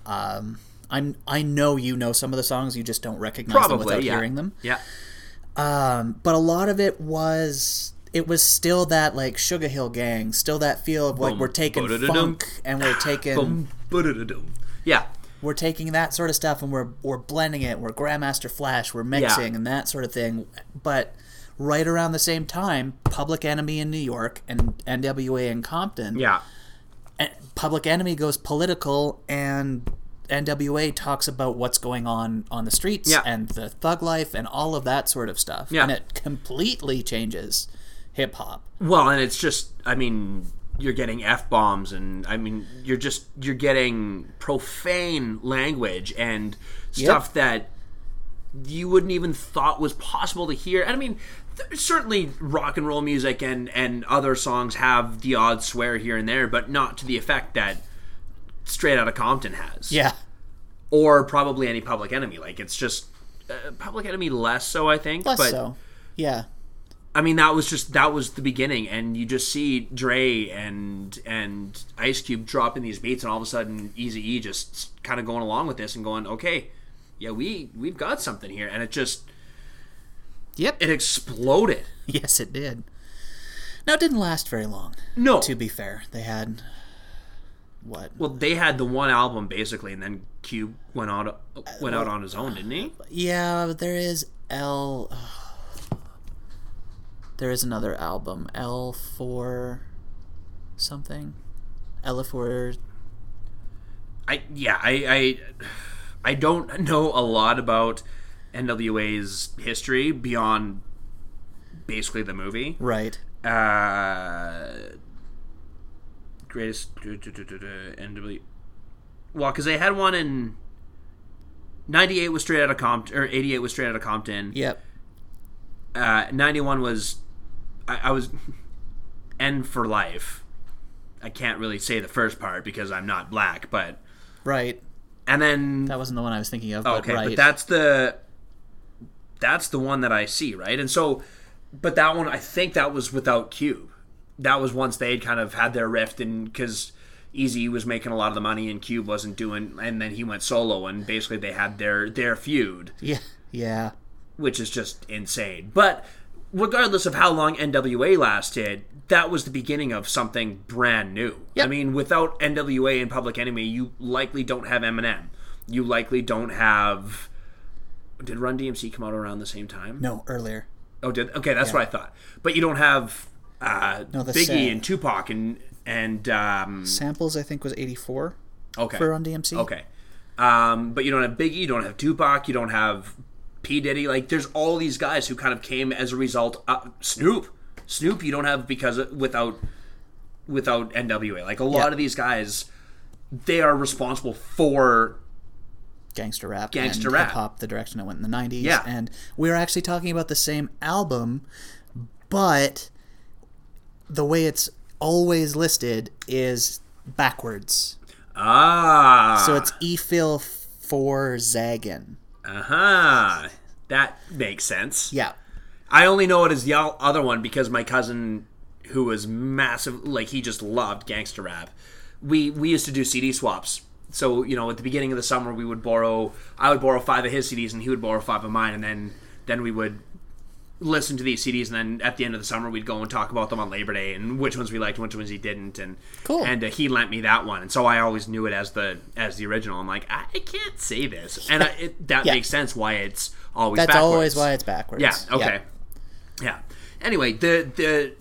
Um, I'm I know you know some of the songs you just don't recognize them probably without yeah hearing them yeah but a lot of it was it was still that like Sugar Hill Gang, still that feel of like Boom, we're taking ba-da-da-dum. funk and we're taking Boom, ba-da-da-dum. yeah we're taking that sort of stuff and we're we're blending it. We're Grandmaster Flash, we're mixing and that sort of thing. But right around the same time, Public Enemy in New York and NWA in Compton. yeah and Public Enemy goes political and NWA talks about what's going on on the streets Yeah. and the thug life and all of that sort of stuff. Yeah. And it completely changes hip hop. well and it's just i mean you're getting f-bombs and i mean you're just you're getting profane language and stuff that you wouldn't even thought was possible to hear. And I mean, th- certainly rock and roll music and and other songs have the odd swear here and there, but not to the effect that Straight Outta Compton has, Yeah. or probably any Public Enemy. Like it's just uh, Public Enemy less so, I think. Less but so. Yeah. I mean, that was just that was the beginning, and you just see Dre and and Ice Cube dropping these beats, and all of a sudden, Easy E just kind of going along with this and going, okay, yeah, we we've got something here, and it just Yep. it exploded. yes, it did. Now, it didn't last very long, No, to be fair. They had. What? well, they had the one album basically, and then Cube went out went out on his own, didn't he? Yeah, but there is L. There is another album, L for something, L for I yeah, I I, I don't know a lot about NWA's history beyond basically the movie. right. Uh, greatest du- du- du- du- du- NW. Well, because they had one in. 98 was straight out of Compton, or 88 was straight out of Compton. Yep. uh, 91 was I, I was end for life i can't really say the first part because i'm not black but Right. and then That wasn't the one I was thinking of. But okay right. but that's the that's the one that I see, right? And so, but that one, I think that was without Cube. That was once they'd kind of had their rift, and because Easy was making a lot of the money and Cube wasn't doing, and then he went solo, and basically they had their their feud, Yeah. Yeah. which is just insane. But regardless of how long NWA lasted, that was the beginning of something brand new. Yep. I mean, without NWA and Public Enemy, you likely don't have Eminem. You likely don't have. Did Run DMC come out around the same time? No, earlier. Oh, did okay. That's what I thought. But you don't have uh, No, that's, Biggie uh, and Tupac and and um, Samples, I think, was 84 okay, for Run DMC. okay. Um, but you don't have Biggie. You don't have Tupac. You don't have P Diddy. Like there's all these guys who kind of came as a result. Uh, Snoop, Snoop. You don't have because of- without without NWA. Like a lot Yeah. of these guys, they are responsible for Gangster rap. Gangsta and rap. Hip hop, the direction it went in the 90s. Yeah. And we were actually talking about the same album, but the way it's always listed is backwards. ah. So it's E Phil for Zagan. uh huh. That makes sense. Yeah. I only know it as the o- other one because my cousin, who was massive, like he just loved gangster rap. We we used to do CD swaps. So you know, at the beginning of the summer, we would borrow. I would borrow five of his CDs, and he would borrow five of mine, and then then we would listen to these CDs, and then at the end of the summer, we'd go and talk about them on Labor Day and which ones we liked, which ones he didn't, and Cool. And uh, he lent me that one, and so I always knew it as the as the original. I'm like, I, I can't say this, and I, it, that Yeah. makes sense why it's always That's backwards. always why it's backwards. Yeah. Okay. Yeah. Anyway, the the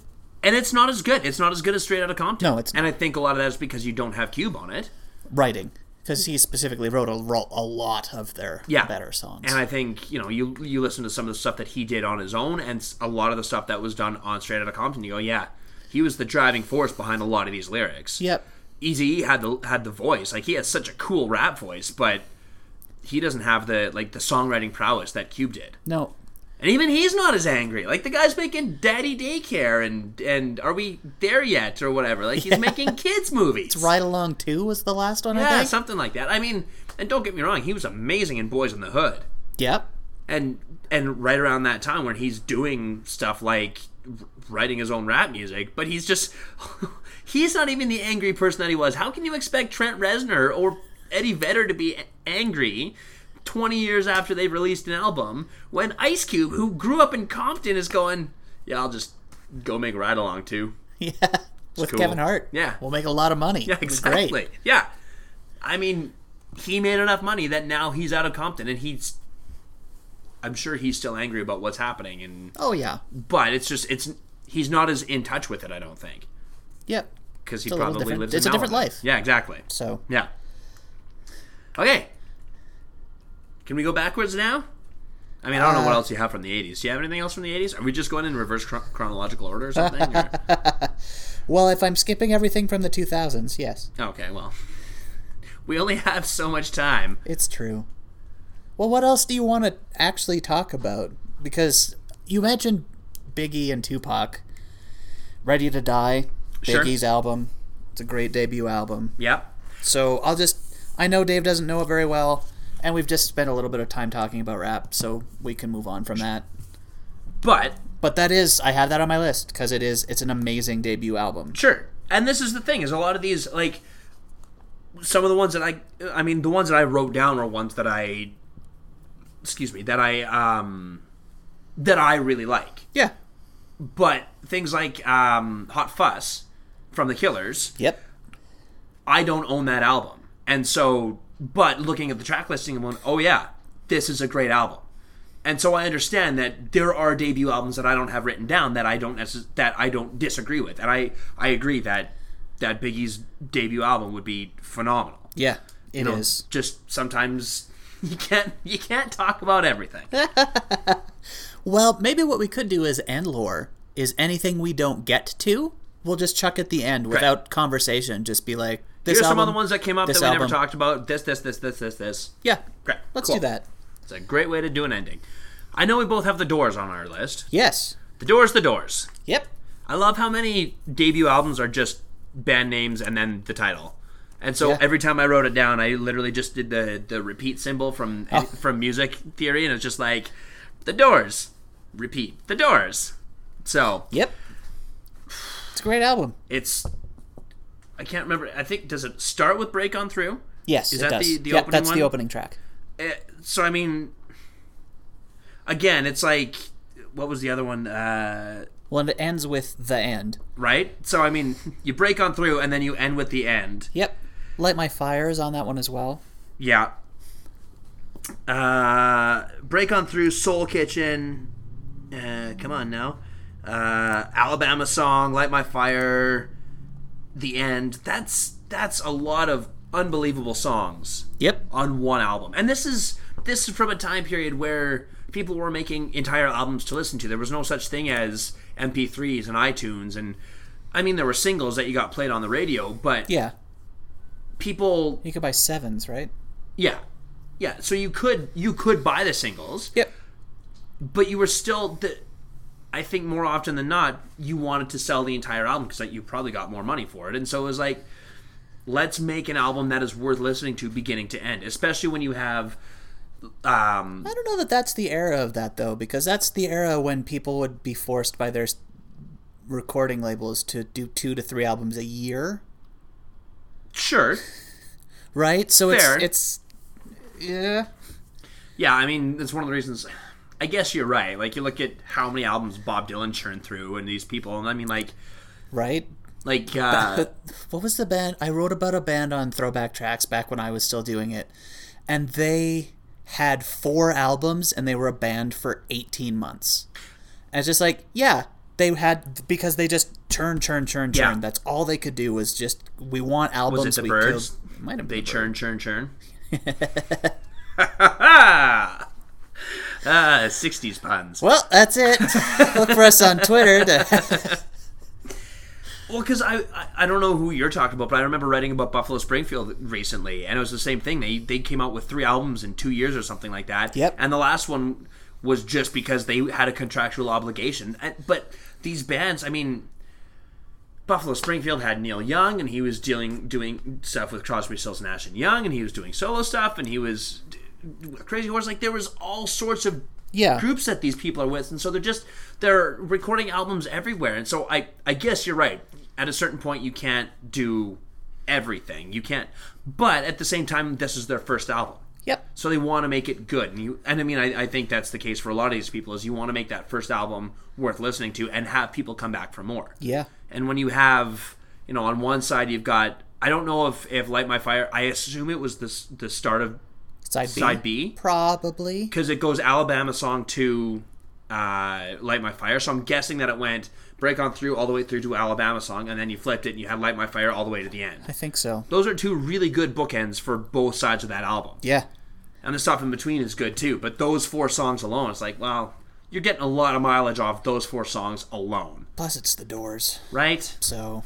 and it's not as good. It's not as good as Straight Outta Compton. No, it's And I think a lot of that is because you don't have Cube on it. Writing. Because he specifically wrote a, ro- a lot of their Yeah. better songs. And I think you know you you listen to some of the stuff that he did on his own, and s- a lot of the stuff that was done on Straight Outta Compton. You go, yeah, he was the driving force behind a lot of these lyrics. yep. Easy had the had the voice. Like he has such a cool rap voice, but he doesn't have the like the songwriting prowess that Cube did. No. And even he's not as angry. Like the guy's making Daddy Daycare and and Are We There Yet or whatever. Like he's making kids movies. Ride Along 2 was the last one, I Yeah, think. something like that. I mean, and don't get me wrong, he was amazing in Boys in the Hood. Yep. And and right around that time when he's doing stuff like r- writing his own rap music, but he's just he's not even the angry person that he was. How can you expect Trent Reznor or Eddie Vedder to be a- angry 20 years after they've released an album when Ice Cube, who grew up in Compton, is going, "Yeah, I'll just go make Ride Along too." Yeah. With cool. Kevin Hart. Yeah. We'll make a lot of money. Yeah, Exactly. Great. Yeah. I mean, he made enough money that now he's out of Compton and he's I'm sure he's still angry about what's happening and Oh, yeah. but it's just it's he's not as in touch with it, I don't think, Yep. cuz he It's a little probably different- lives it's in a different Malibu. life. Yeah, exactly. So, Yeah. Okay. Can we go backwards now? I mean, I don't know what Uh, else you have from the 80s. Do you have anything else from the 80s? Are we just going in reverse chron- chronological order or something? or- well, if I'm skipping everything from the 2000s, yes, Okay, well. We only have so much time. it's true. Well, what else do you want to actually talk about? Because you mentioned Biggie and Tupac. Ready to Die, Sure. Biggie's album. It's a great debut album. Yep. So I'll just. I know Dave doesn't know it very well, and we've just spent a little bit of time talking about rap, so we can move on from that. But But that is, I have that on my list because it is. It's an amazing debut album. Sure. And this is the thing: is a lot of these like some of the ones that I, I mean, the ones that I wrote down are ones that I, excuse me, that I um, that I really like. Yeah. But things like um, Hot Fuss from The Killers, Yep. I don't own that album, and so, but looking at the track listing, I'm going, oh yeah, this is a great album. And so I understand that there are debut albums that I don't have written down that I don't necess- that I don't disagree with, and I I agree that that Biggie's debut album would be phenomenal. Yeah. It is. You know, just sometimes you can't you can't talk about everything. Well, maybe what we could do is end lore is anything we don't get to, we'll just chuck at the end without conversation. Just be like, this Here's some album- other ones that came up that this we never album. talked about. This this this this this this. Yeah, Great. let's Cool. do that. It's a great way to do an ending. I know we both have the Doors on our list. Yes. The Doors, the Doors. Yep. I love how many debut albums are just band names and then the title. And so Yeah. every time I wrote it down, I literally just did the the repeat symbol from from music theory, and it's just like The Doors. Repeat. The Doors. So Yep. It's a great album. it's I can't remember. I think does it start with Break On Through? Yes, Is it that does. the- the yeah, opening that's one? the opening track. Eh, so I mean, again, it's like what was the other one? Uh, Well, it ends with the end. right. So I mean, you break on through, and then you end with the end. Yep. Light My Fire is on that one as well. Yeah. Uh, break on through Soul Kitchen. Uh, come on now. Uh, Alabama song, Light My Fire, The End. That's that's a lot of unbelievable songs Yep. on one album. And this is this is from a time period where people were making entire albums to listen to. There was no such thing as MP3s and iTunes and I mean there were singles that you got played on the radio, but Yeah. people You could buy sevens, right? yeah. Yeah, so you could you could buy the singles, Yep. but you were still the I think more often than not you wanted to sell the entire album because like, you probably got more money for it. And so it was like let's make an album that is worth listening to beginning to end, especially when you have um, I don't know that that's the era of that though, because that's the era when people would be forced by their s- recording labels to do two to three albums a year, Sure. right? So Fair. it's it's yeah, Yeah, I mean, it's one of the reasons. I guess you're right. Like, you look at how many albums Bob Dylan churned through, and these people, and I mean, like, right. like, uh, But what was the band? I wrote about a band on Throwback Tracks back when I was still doing it, and they had four albums and they were a band for 18 months. And it's just like, yeah, they had because they just churn, churn, churn, Yeah. churn. That's all they could do was just we want albums. the we Birds? killed- It might have they been the churn, churn, churn. ah, '60s Ah, puns. Well, that's it. Look for us on Twitter. To... Well, because I, I I don't know who you're talking about, but I remember writing about Buffalo Springfield recently, and it was the same thing. They they came out with three albums in two years or something like that. Yep. And the last one was just because they had a contractual obligation. And, but these bands, I mean, Buffalo Springfield had Neil Young, and he was dealing doing stuff with Crosby, Stills, Nash and Young, and he was doing solo stuff, and he was Crazy Horse. Like there was all sorts of Yeah. groups that these people are with and so they're just they're recording albums everywhere and so i i guess you're right at a certain point you can't do everything you can't but at the same time this is their first album Yep. so they want to make it good and you and i mean I, I think that's the case for a lot of these people is you want to make that first album worth listening to and have people come back for more Yeah. and when you have, you know, on one side you've got I don't know if if Light My Fire. I assume it was the s- the start of Side B. side B Probably. because it goes Alabama song to uh, Light My Fire. So I'm guessing that it went break on through all the way through to Alabama song, and then you flipped it and you had Light My Fire all the way to the I end. think so. Those are two really good bookends for both sides of that album, Yeah. and the stuff in between is good too. But those four songs alone, it's like, well, you're getting a lot of mileage off those four songs alone, Plus, it's the Doors, right? so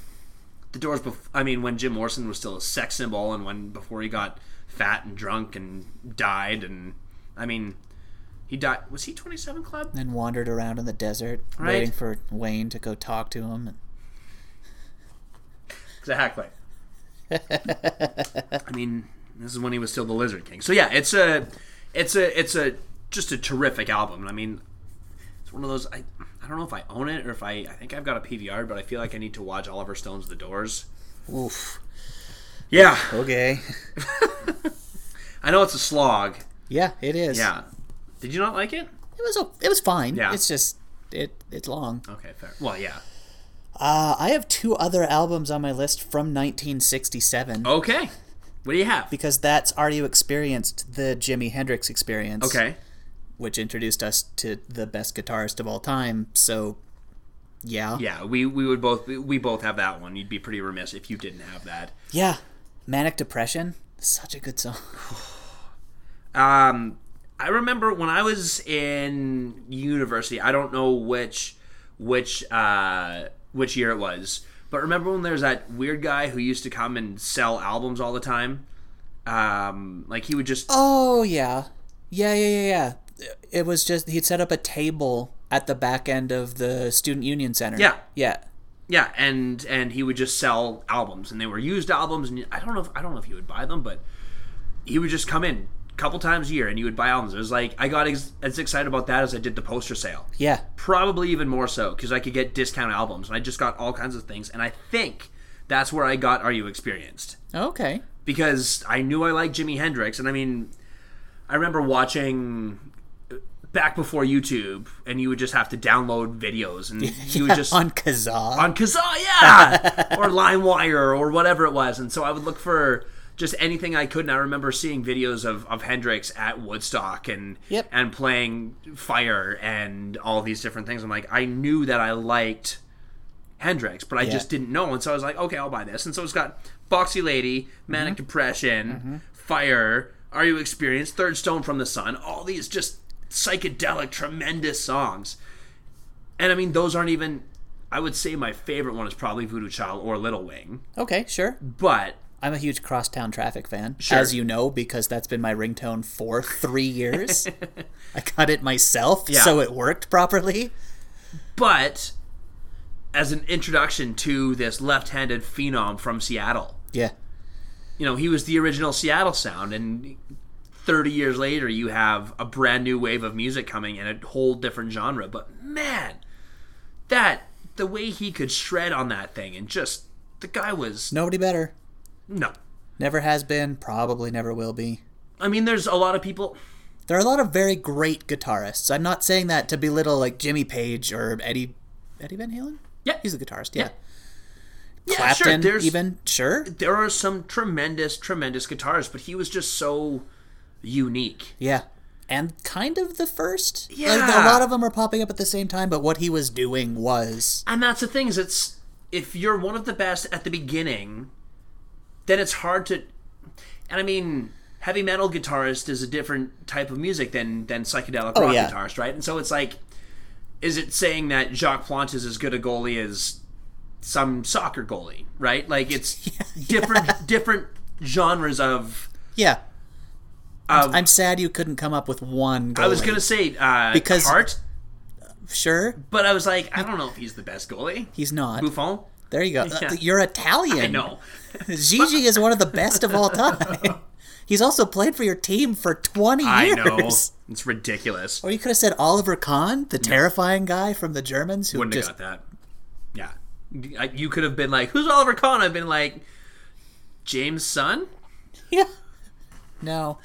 the doors bef- i mean when jim morrison was still a sex symbol and when before he got fat and drunk and died and i mean he died was he 27 club then wandered around in the desert, Right. waiting for Wayne to go talk to him. And... exactly i mean this is when he was still the lizard king so yeah it's a it's a it's a just a terrific album i mean it's one of those i i don't know if i own it or if i i think i've got a pvr but i feel like i need to watch oliver stone's the doors Oof. yeah Okay. i know it's a slog Yeah, it is. yeah did you not like it It was o it was fine. Yeah. It's just it it's long. okay fair well yeah Uh, I have two other albums on my list from 1967 Okay. What do you have? because that's Are You Experienced, the Jimi Hendrix Experience. Okay. which introduced us to the best guitarist of all time. So, yeah, Yeah, we, we would both we both have that one. You'd be pretty remiss if you didn't have that. Yeah. Manic Depression, such a good song. Um, I remember when I was in university. I don't know which which uh, which year it was, but remember when there was that weird guy who used to come and sell albums all the time. Um, like he would just Oh yeah, yeah, yeah, yeah, yeah. It was just he'd set up a table at the back end of the student union center. Yeah. yeah. yeah, and and he would just sell albums, and they were used albums, and I don't know if I don't know if he would buy them, but he would just come in, couple times a year, and you would buy albums. It was like I got ex- as excited about that as I did the poster sale. Yeah. Probably even more so because I could get discount albums, and I just got all kinds of things. And I think that's where I got Are You Experienced Okay. because I knew I liked Jimi Hendrix, and I mean, I remember watching uh, back before YouTube, and you would just have to download videos, and you would just on Kazaa. on Kazaa, yeah, or LimeWire or whatever it was. And so I would look for just anything I could. And I remember seeing videos of, of Hendrix at Woodstock and Yep. and playing Fire and all these different things. I'm like, I knew that I liked Hendrix, but I just didn't know. And so I was like, okay, I'll buy this. And so it's got Boxy Lady, Manic Depression, Fire, Are You Experienced, Third Stone from the Sun, all these just psychedelic, tremendous songs. And I mean, those aren't even. I would say my favorite one is probably Voodoo Child or Little Wing, okay, sure. but I'm a huge crosstown traffic fan, as you know, because that's been my ringtone for three years. I got it myself, so it worked properly. but as an introduction to this left-handed phenom from Seattle. Yeah. You know, he was the original Seattle sound, and 30 years later, you have a brand new wave of music coming in a whole different genre. But man, that the way he could shred on that thing, and just the guy was Nobody better. no. Never has been, probably never will be. I mean, there's a lot of people. There are a lot of very great guitarists. I'm not saying that to belittle like Jimmy Page or Eddie Eddie Van Halen? Yeah, He's a guitarist, yeah. yeah, Clapton there's- even, sure. there are some tremendous, tremendous guitarists, but he was just so unique. Yeah. And kind of the first. Like, Yeah. a lot of them are popping up at the same time, but what he was doing was And that's the thing is, it's if you're one of the best at the beginning, then it's hard to. And I mean, heavy metal guitarist is a different type of music than than psychedelic rock Oh, yeah. guitarist, right? And so it's like, is it saying that Jacques Plante is as good a goalie as some soccer goalie, right? Like it's different different genres of. Yeah. of I'm sad you couldn't come up with one goalie. Um, I was gonna say uh, Because- Hart, Sure, But I was like, I don't know if he's the best goalie. he's not. Buffon? There you go. Uh, Yeah. You're Italian. I know. Gigi is one of the best of all time. He's also played for your team for 20 I years. know. It's ridiculous. Or you could have said Oliver Kahn, the terrifying guy from the Germans who Wouldn't just have got that. Yeah. I- You could have been like, who's Oliver Kahn? I've been like, James Son? Yeah. No.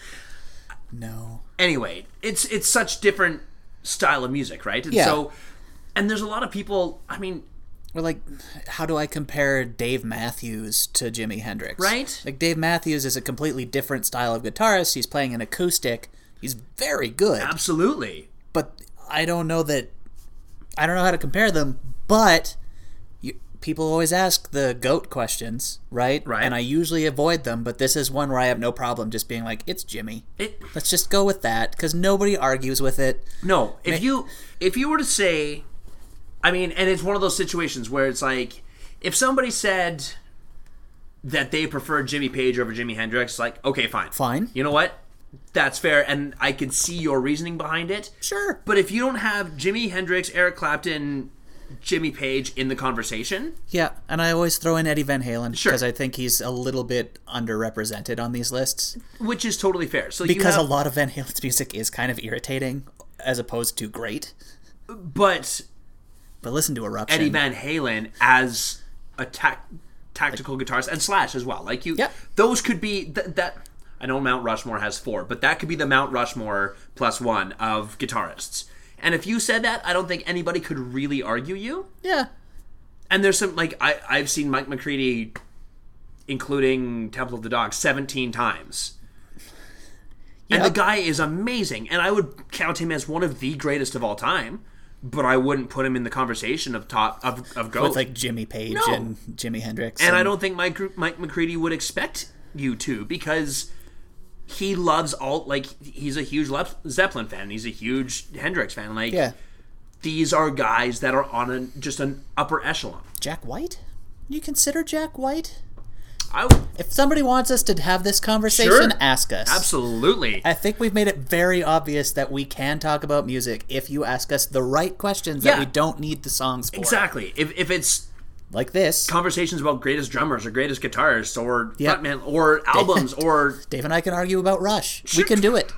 No. Anyway, it's it's such different style of music, right? And Yeah. so and there's a lot of people I mean, Or like how do I compare Dave Matthews to Jimi Hendrix? Right. Like Dave Matthews is a completely different style of guitarist. He's playing an acoustic. He's very good. absolutely. but I don't know that I don't know how to compare them. But you, people always ask the goat questions, right? Right. And I usually avoid them, but this is one where I have no problem just being like, "It's Jimmy." It Let's just go with that because nobody argues with it. No, if you if you were to say, I mean, and it's one of those situations where it's like, if somebody said that they prefer Jimmy Page over Jimi Hendrix, like, okay, fine, Fine. you know what, that's fair, and I can see your reasoning behind it. Sure. But if you don't have Jimi Hendrix, Eric Clapton, Jimmy Page in the conversation, Yeah, and I always throw in Eddie Van Halen because Sure. I think he's a little bit underrepresented on these lists which is totally fair, so because you a have, lot of Van Halen's music is kind of irritating as opposed to great. but But listen to Eruption. Eddie Van Halen as a tac- tactical guitarist and Slash as well. Like you, Yep. those could be th- that. I know Mount Rushmore has four, but that could be the Mount Rushmore plus one of guitarists. And if you said that, I don't think anybody could really argue you. yeah. And there's some like I I've seen Mike McCready, including Temple of the Dog, 17 times. And the Yep. guy is amazing, and I would count him as one of the greatest of all time. But I wouldn't put him in the conversation of top of of GOAT. With like Jimmy Page No. and Jimi Hendrix. And I don't think Mike Mike McCready would expect you to because he loves all like he's a huge Lep- Zeppelin fan. He's a huge Hendrix fan. Like Yeah. these are guys that are on a, just an upper echelon. Jack White? You consider Jack White? I would- If somebody wants us to have this conversation, Sure. ask us. absolutely. I think we've made it very obvious that we can talk about music if you ask us the right questions that Yeah. we don't need the songs for. Exactly. If, if it's like this. Conversations about greatest drummers or greatest guitarists or Yep. frontman or albums or Dave and I can argue about Rush. We can do it.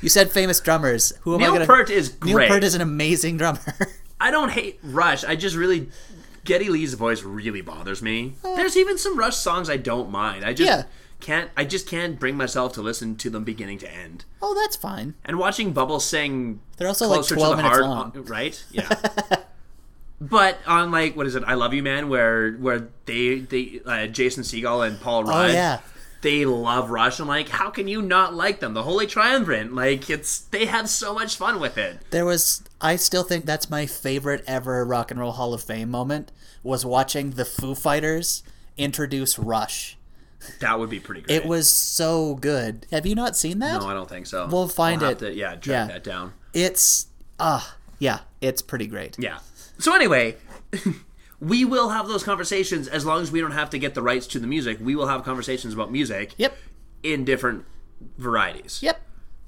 You said famous drummers. Who am I Neil gonna? Peart is Oh Neil great. Peart is an amazing drummer. I don't hate Rush. I just really Geddy Lee's voice really bothers me. There's even some Rush songs I don't mind. I just Yeah. can't I just can't bring myself to listen to them beginning to end. oh, that's fine. And watching Bubble sing They're also like closer to 12 the minutes heart, long. uh, right? Yeah. but on like what is it? I Love You Man where where they they uh, Jason Segel and Paul Rudd Oh, yeah. They love Rush. I'm like, how can you not like them? The Holy Triumvirate. Like, it's they have so much fun with it. There was. I still think that's my favorite ever Rock and Roll Hall of Fame moment was watching the Foo Fighters introduce Rush. That would be pretty great. It was so good. Have you not seen that? No, I don't think so. We'll find I'll have it. to- yeah, drag Yeah. that down. It's ah yeah, it's pretty great. Yeah. So anyway, we will have those conversations as long as we don't have to get the rights to the music. We will have conversations about music. Yep. In different varieties. Yep.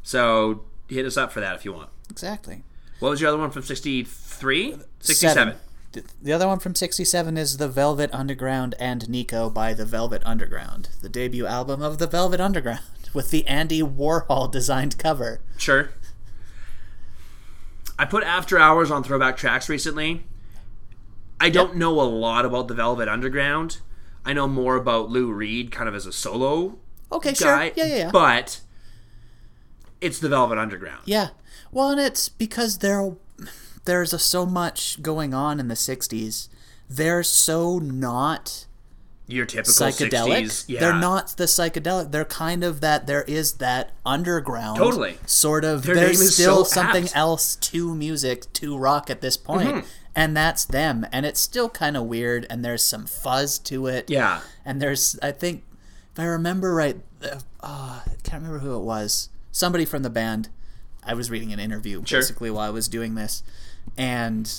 So hit us up for that if you want. Exactly. What was your other one from 63? 67. Th- The other one from 67 is The Velvet Underground and Nico by The Velvet Underground, the debut album of The Velvet Underground with the Andy Warhol designed cover. Sure. I put After Hours on Throwback Tracks recently. I don't know a lot about the Velvet Underground. I know more about Lou Reed kind of as a solo Okay, sure. guy. Yeah, yeah, yeah. But it's the Velvet Underground. yeah. Well, and it's because there there's a, so much going on in the 60s. They're so not Your typical psychedelic. 60s. Yeah. They're not the psychedelic. They're kind of that. There is that underground, Totally. sort of. Their there's name is still so something apt. Mm-hmm. else to music, to rock at this point, and that's them. And it's still kind of weird. And there's some fuzz to it. Yeah. And there's, I think, if I remember right, uh, uh, I can't remember who it was. Somebody from the band. I was reading an interview Sure. basically while I was doing this, and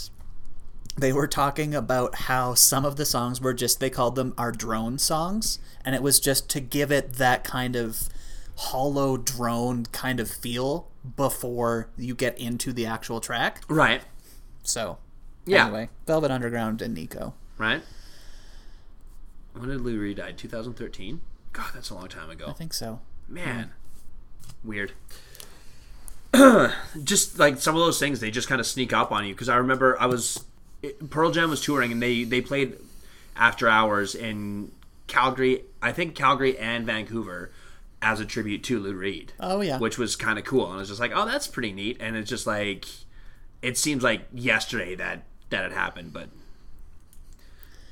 they were talking about how some of the songs were just they called them our drone songs and it was just to give it that kind of hollow drone kind of feel before you get into the actual track Right. so Yeah. anyway velvet underground and nico Right. When did Lou Reed die? 2013? God, that's a long time ago. i think so Man. Hmm. Weird. just like some of those things, they just kind of sneak up on you. Because I remember I was. it- Pearl Jam was touring and they, they played After Hours in Calgary, I think Calgary and Vancouver, as a tribute to Lou Reed. oh yeah Which was kind of cool. And I was just like, oh, that's pretty neat. And it's just like. It seems like yesterday that that had happened, but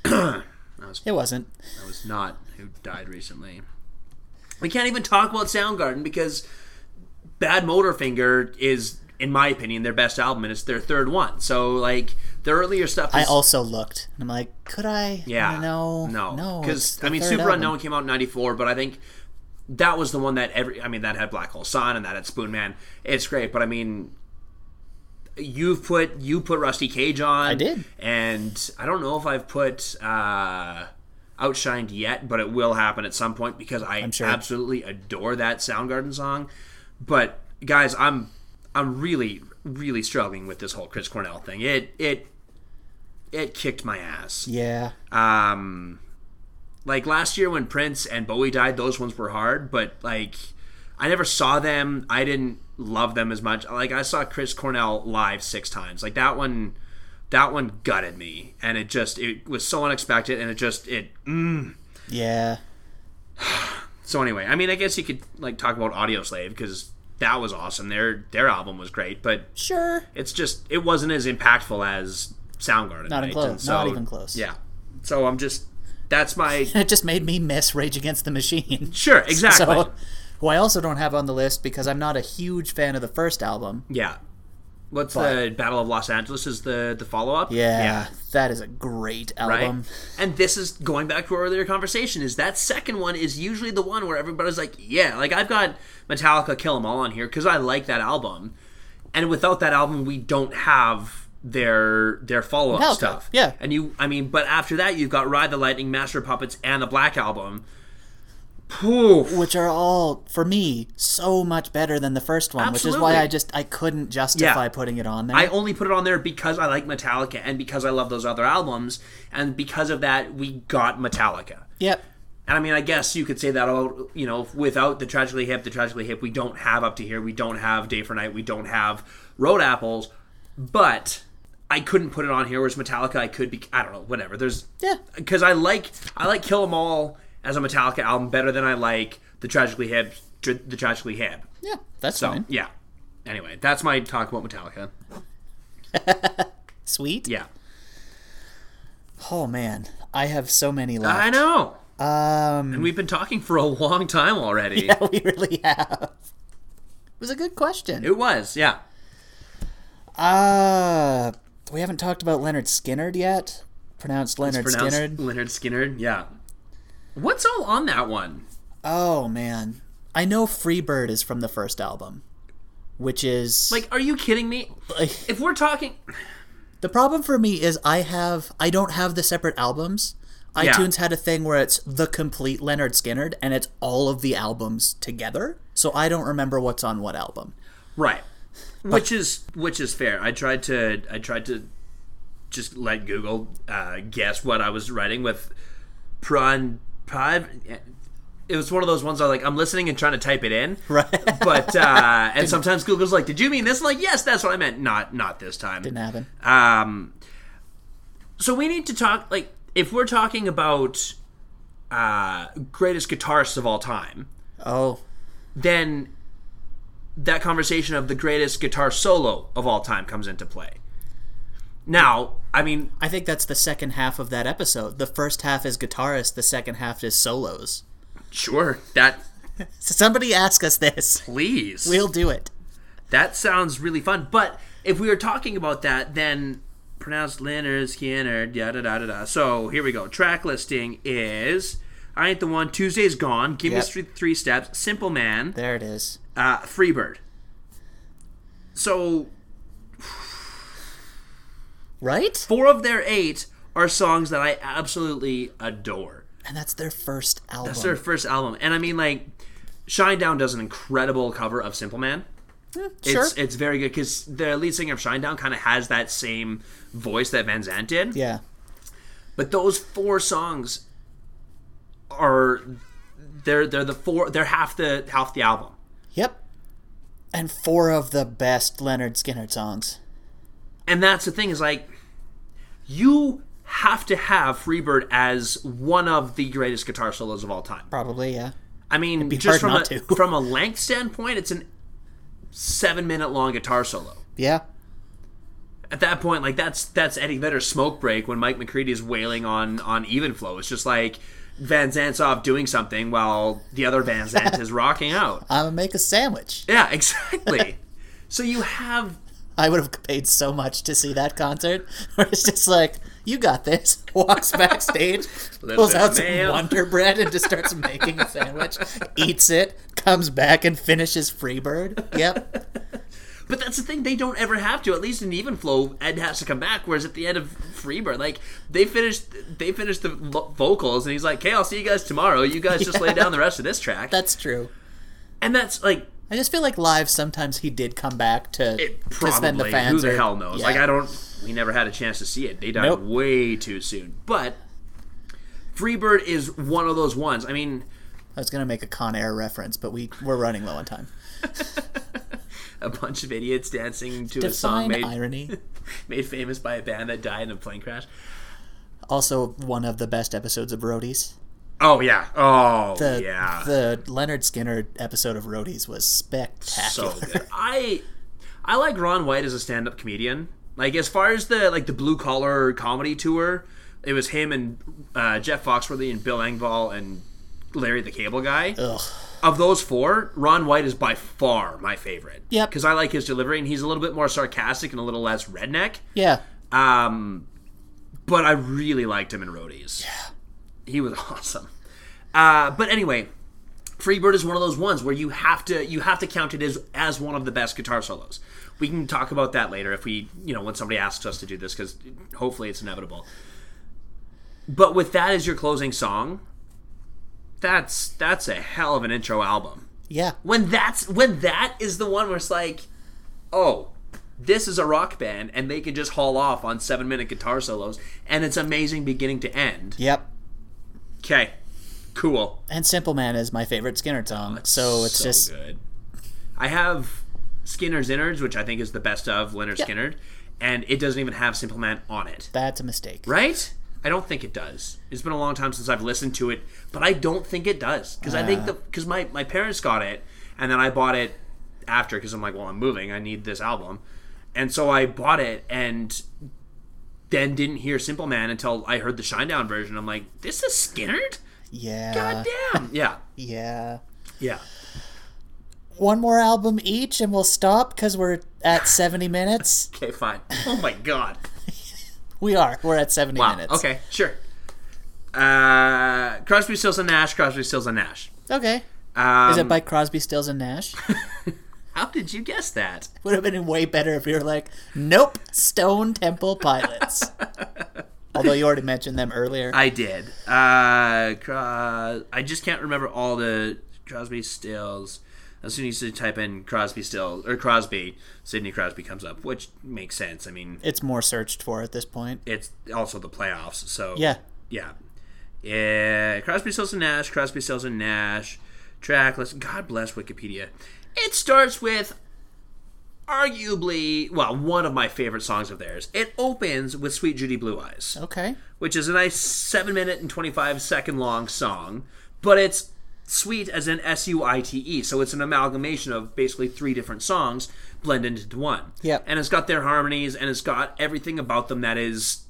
it wasn't that was not who died recently. We can't even talk about Soundgarden because Bad Motorfinger is, in my opinion, their best album and it's their third one. So like their earlier stuff. i Is, also looked and i'm like could i yeah, no no, no it's Because the I mean, third Super album. Unknown came out in '94, but I think that was the one that every. I mean, that had Black Hole Sun and that had Spoon Man. It's great, but I mean. You've put you put Rusty Cage on. I did. and I don't know if I've put uh, Outshined yet, but it will happen at some point because I sure. absolutely adore that Soundgarden song. But guys, I'm I'm really really struggling with this whole Chris Cornell thing. It it it kicked my ass. yeah Um, like last year when Prince and Bowie died, those ones were hard, but like I never saw them. I didn't love them as much. Like I saw Chris Cornell live six times. Like that one, that one gutted me, and it just it was so unexpected, and it just it. Mm. yeah So anyway, I mean, I guess you could like talk about Audio Slave because that was awesome. Their their album was great, but sure it's just it wasn't as impactful as Soundgarden. Not right? even close. And Not even close. Yeah. So I'm just that's my it just made me miss rage against the machine Sure, exactly. So, who I also don't have on the list because I'm not a huge fan of the first album. yeah. What's But- the Battle of Los Angeles is the the follow up? Yeah, that is a great Right. album. And this is going back to our earlier conversation is that second one is usually the one where everybody's like, yeah, like I've got Metallica Kill 'Em All on here cuz I like that album. And without that album, we don't have their their follow Metallica, up stuff. yeah. And you I mean, but after that you've got Ride the Lightning, Master of Puppets and the Black album. Poof. which are all for me so much better than the first one, which is Absolutely. why I just I couldn't justify Yeah. putting it on there. I only put it on there because I like Metallica and because I love those other albums, and because of that, we got Metallica. yep. And I mean, I guess you could say that all you know, without the tragically hip, the tragically hip, we don't have up to here, we don't have day for night, we don't have road apples, but I couldn't put it on here. Whereas Metallica, I could be, I don't know, whatever. There's Yeah. because I like I like Kill 'Em All as a Metallica album better than I like the tragically hip, tr- the tragically hip. Yeah, that's So fine. yeah. Anyway, that's my talk about Metallica. Sweet. Yeah, Oh man, I have so many I left. know. Um, And we've been talking for a long time already. we really have. It was a good question. It was, yeah. Uh, we haven't talked about Leonard Skinnerd yet. Pronounced Leonard pronounced Skinnerd. Leonard Skinner. Yeah. What's all on that one? Oh man, I know Freebird is from the first album, which is Like, are you kidding me? If we're talking, The problem for me is I have I don't have the separate albums. Yeah. iTunes had a thing where it's the complete Leonard Skinnerd and it's all of the albums together. So I don't remember what's on what album. right, which is which is fair. I tried to I tried to just let Google uh, guess what I was writing with pran prive. It was one of those ones I like. I'm listening and trying to type it in, Right. but uh, and sometimes Google's like, "Did you mean this?" I'm like, "Yes, that's what I meant." Not not this time. Didn't happen. Um, so we need to talk like if we're talking about uh, greatest guitarists of all time, Oh. then that conversation of the greatest guitar solo of all time comes into play. Now, I mean, I think that's the second half of that episode. The first half is guitarist, the second half is solos. sure that Somebody ask us this. please We'll do it. that sounds really fun. But if we were talking about that, then pronounced Leonard Skinner, da da da da da. So here we go. Track listing is I ain't the one. Tuesday's gone. Give Yep. me three, three steps. Simple man. There it is. Uh, Freebird. So Right? four of their eight are songs that I absolutely adore. And that's their first album. It's their first album, and I mean like. Shine Down does an incredible cover of Simple Man. Hmm, sure. It's it's very good because the lead singer of Shine Down kind of has that same voice that Van Zant did. yeah. But those four songs are they're they're the four they're half the half the album. Yep. And four of the best Leonard Skinnerd songs. And that's the thing is like you have to have Freebird as one of the greatest guitar solos of all time. Probably, yeah. I mean, hard just from a, not to. from a length standpoint, it's an 7-minute long guitar solo. Yeah. At that point, like that's that's Eddie Vedder's smoke break when Mike McCready is wailing on on even flow. It's just like Van Zant's off doing something while the other Van Zant is rocking out. I'm gonna make a sandwich. Yeah, exactly. so you have I would have paid so much to see that concert. Where it's just like, you got this. Walks backstage, pulls bit out of some mayo. Wonder Bread and just starts making a sandwich. Eats it, comes back and finishes Freebird. Yep. But that's the thing, they don't ever have to. At least in Even Flow, Ed has to come back. Whereas at the end of Freebird, like they finished, they finished the vo- vocals, and he's like, "Okay, I'll see you guys tomorrow. You guys just lay down the rest of this track." That's true. and that's like I just feel like live sometimes he did come back to, it to spend the probably fans. who the or- hell knows? Yeah. Like I don't, we never had a chance to see it. They died Nope. way too soon. But Freebird is one of those ones. I mean, I was gonna make a Con Air reference, but we we're running low on time. a bunch of idiots dancing to a song Define made irony. made famous by a band that died in a plane crash. Also, one of the best episodes of Roadies. Oh yeah. Oh The, yeah. the Leonard Skinner episode of Roadies was spectacular. so good. I I like Ron White as a stand-up comedian. Like as far as the like the blue collar comedy tour, it was him and uh, Jeff Foxworthy and Bill Engvall and Larry the Cable Guy. Ugh. Of those four, Ron White is by far my favorite. Yep. because I like his delivery and he's a little bit more sarcastic and a little less redneck. Yeah. Um, but I really liked him in Roadies. Yeah, he was awesome. Uh, but anyway, Freebird is one of those ones where you have to you have to count it as as one of the best guitar solos. We can talk about that later if we you know when somebody asks us to do this because hopefully it's inevitable. But with that as your closing song, that's that's a hell of an intro album. Yeah. When that's when that is the one where it's like, oh, this is a rock band and they can just haul off on seven minute guitar solos and it's amazing beginning to end. Yep. Okay, cool. And Simple Man is my favorite Skinner song. so it's just good. I have Skinner's Innards, which I think is the best of Leonard Skinner, and it doesn't even have Simple Man on it. that's a mistake. Right? I don't think it does. It's been a long time since I've listened to it, but I don't think it does because I think the because my my parents got it and then I bought it after because I'm like, well, I'm moving. I need this album, and so I bought it and then didn't hear Simple Man until I heard the Shinedown version. I'm like, this is Skinnerd. Yeah. God damn. yeah. Yeah. Yeah. One more album each, and we'll stop because we're at seventy minutes. Okay. Fine. Oh my god. We are. We're at seventy Wow. minutes. Okay. Sure. Uh, Crosby, Stills, and Nash. Crosby, Stills, and Nash. Okay. Um, Is it by Crosby, Stills, and Nash? How did you guess that? Would have been way better if you were like, nope, Stone Temple Pilots. Although you already mentioned them earlier. I did. Uh, Cros- I just can't remember all the Crosby Stills. As soon as you type in Crosby Stills or Crosby, Sidney Crosby comes up, which makes sense. I mean, it's more searched for at this point. it's also the playoffs, so Yeah. yeah, yeah. Crosby, Stills, and Nash. Crosby, Stills, and Nash. Track list. God bless Wikipedia. It starts with arguably, well, one of my favorite songs of theirs. It opens with "Sweet Judy Blue Eyes." Okay. which is a nice seven minute and 25 second long song, but it's sweet as in S U I T E. So it's an amalgamation of basically three different songs blended into one. Yep. And it's got their harmonies and it's got everything about them that is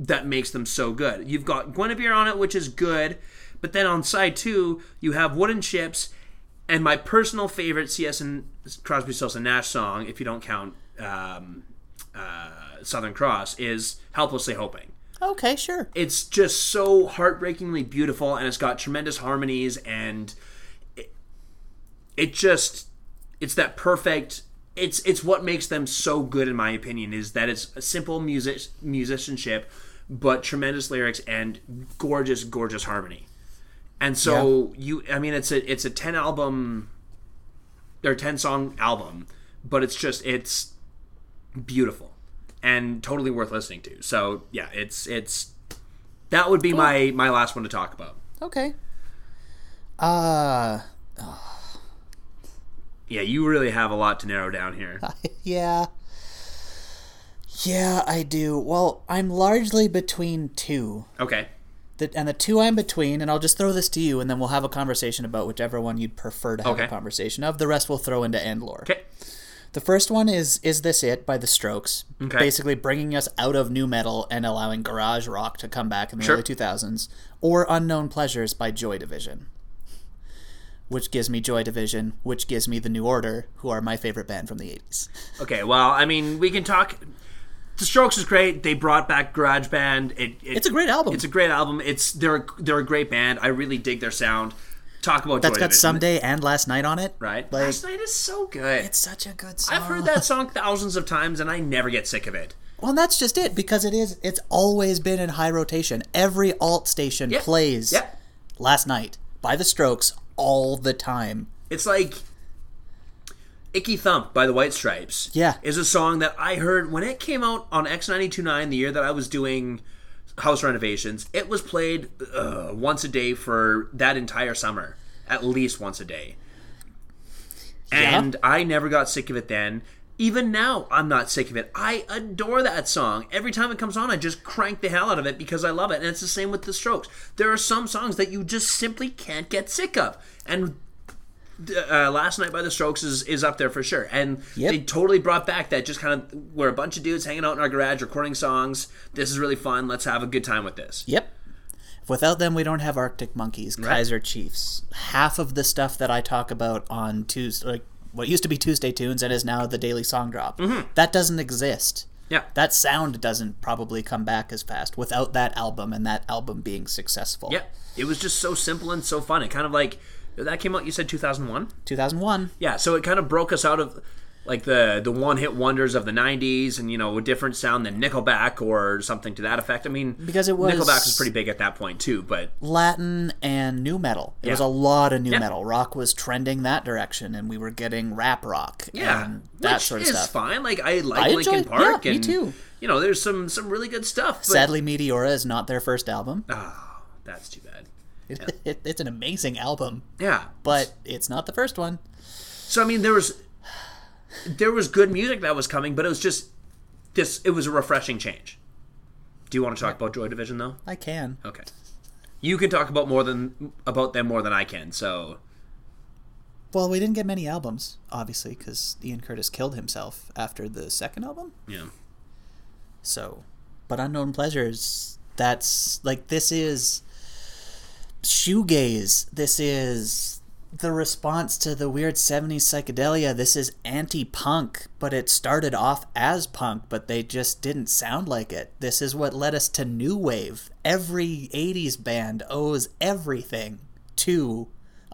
that makes them so good. You've got Guinevere on it, which is good, but then on side two, you have Wooden Ships and my personal favorite CS and Crosby, Stills and Nash song, if you don't count um, uh, Southern Cross, is "Helplessly Hoping." Okay, sure. it's just so heartbreakingly beautiful and it's got tremendous harmonies and it, it just it's that perfect it's it's what makes them so good in my opinion is that it's a simple music musicianship but tremendous lyrics and gorgeous gorgeous harmony and so you i mean it's a it's a 10 album or 10 song album but it's just it's beautiful and totally worth listening to so yeah it's it's that would be my my last one to talk about Okay. Uh, yeah you really have a lot to narrow down here yeah. Yeah, I do. Well, I'm largely between two. okay The, and the two I'm between, and I'll just throw this to you, and then we'll have a conversation about whichever one you'd prefer to have Okay. a conversation of. The rest we'll throw into end lore. okay The first one is "Is This It" by The Strokes, Okay. basically bringing us out of new metal and allowing garage rock to come back in the Sure. early 2000s, or "Unknown Pleasures" by Joy Division, which gives me Joy Division, which gives me The New Order, who are my favorite band from the 80s. okay well i mean we can talk the strokes is great they brought back garage band it, it- It's a great album. it's a great album it's they're they're a great band i really dig their sound talk about That's Joy got Division, "Someday" and "Last Night" on it. right Like, uh, last night is so good it's such a good song. I've heard that song thousands of times and I never get sick of it. Well, and that's just it because it is. It's always been in high rotation. Every alt station Yep. plays Yep. "Last Night" by The Strokes all the time. It's like Icky Thump by the White Stripes. Yeah. Is a song that I heard when it came out on X929 the year that I was doing house renovations. It was played uh, once a day for that entire summer, at least once a day. And I never got sick of it then. Even now, I'm not sick of it. I adore that song. Every time it comes on, I just crank the hell out of it because I love it. And it's the same with The Strokes. There are some songs that you just simply can't get sick of. And uh, last night by the strokes is, is up there for sure and Yep. they totally brought back that just kind of we're a bunch of dudes hanging out in our garage recording songs this is really fun let's have a good time with this Yep. Without them, we don't have Arctic Monkeys, Kaiser Chiefs. Half of the stuff that I talk about on Tuesday, like what used to be Tuesday Tunes and is now the Daily Song Drop, Mm-hmm. that doesn't exist. yeah That sound doesn't probably come back as fast without that album and that album being successful. yeah it was just so simple and so fun it kind of like that came out you said 2001 2001. yeah so it kind of broke us out of like the the one hit wonders of the '90s, and you know a different sound than Nickelback or something to that effect. I mean, Because it was- Um, Nickelback was pretty big at that point too, but Latin and new metal. There was a Yeah. lot of new Yeah. metal. Rock was trending that direction, and we were getting rap rock yeah, and that which sort of is stuff. fine. Like I like I Linkin enjoyed- Park, yeah, me and too. you know, there's some some really good stuff. But, Sadly, Meteora is not their first album. Ah, that's too bad. It, it, it's an amazing album, Yeah, but it's not the first one. So I mean, there was there was good music that was coming, but it was just this. It was a refreshing change. Do you want to talk about Joy Division though? I can. Okay, you can talk about more than about them more than I can. So Well, we didn't get many albums, obviously, because Ian Curtis killed himself after the second album. yeah, So, but Unknown Pleasures, that's like this is shoegaze. This is the response to the weird 70s psychedelia. This is anti punk, but it started off as punk, but they just didn't sound like it. This is what led us to New Wave. Every 80s band owes everything to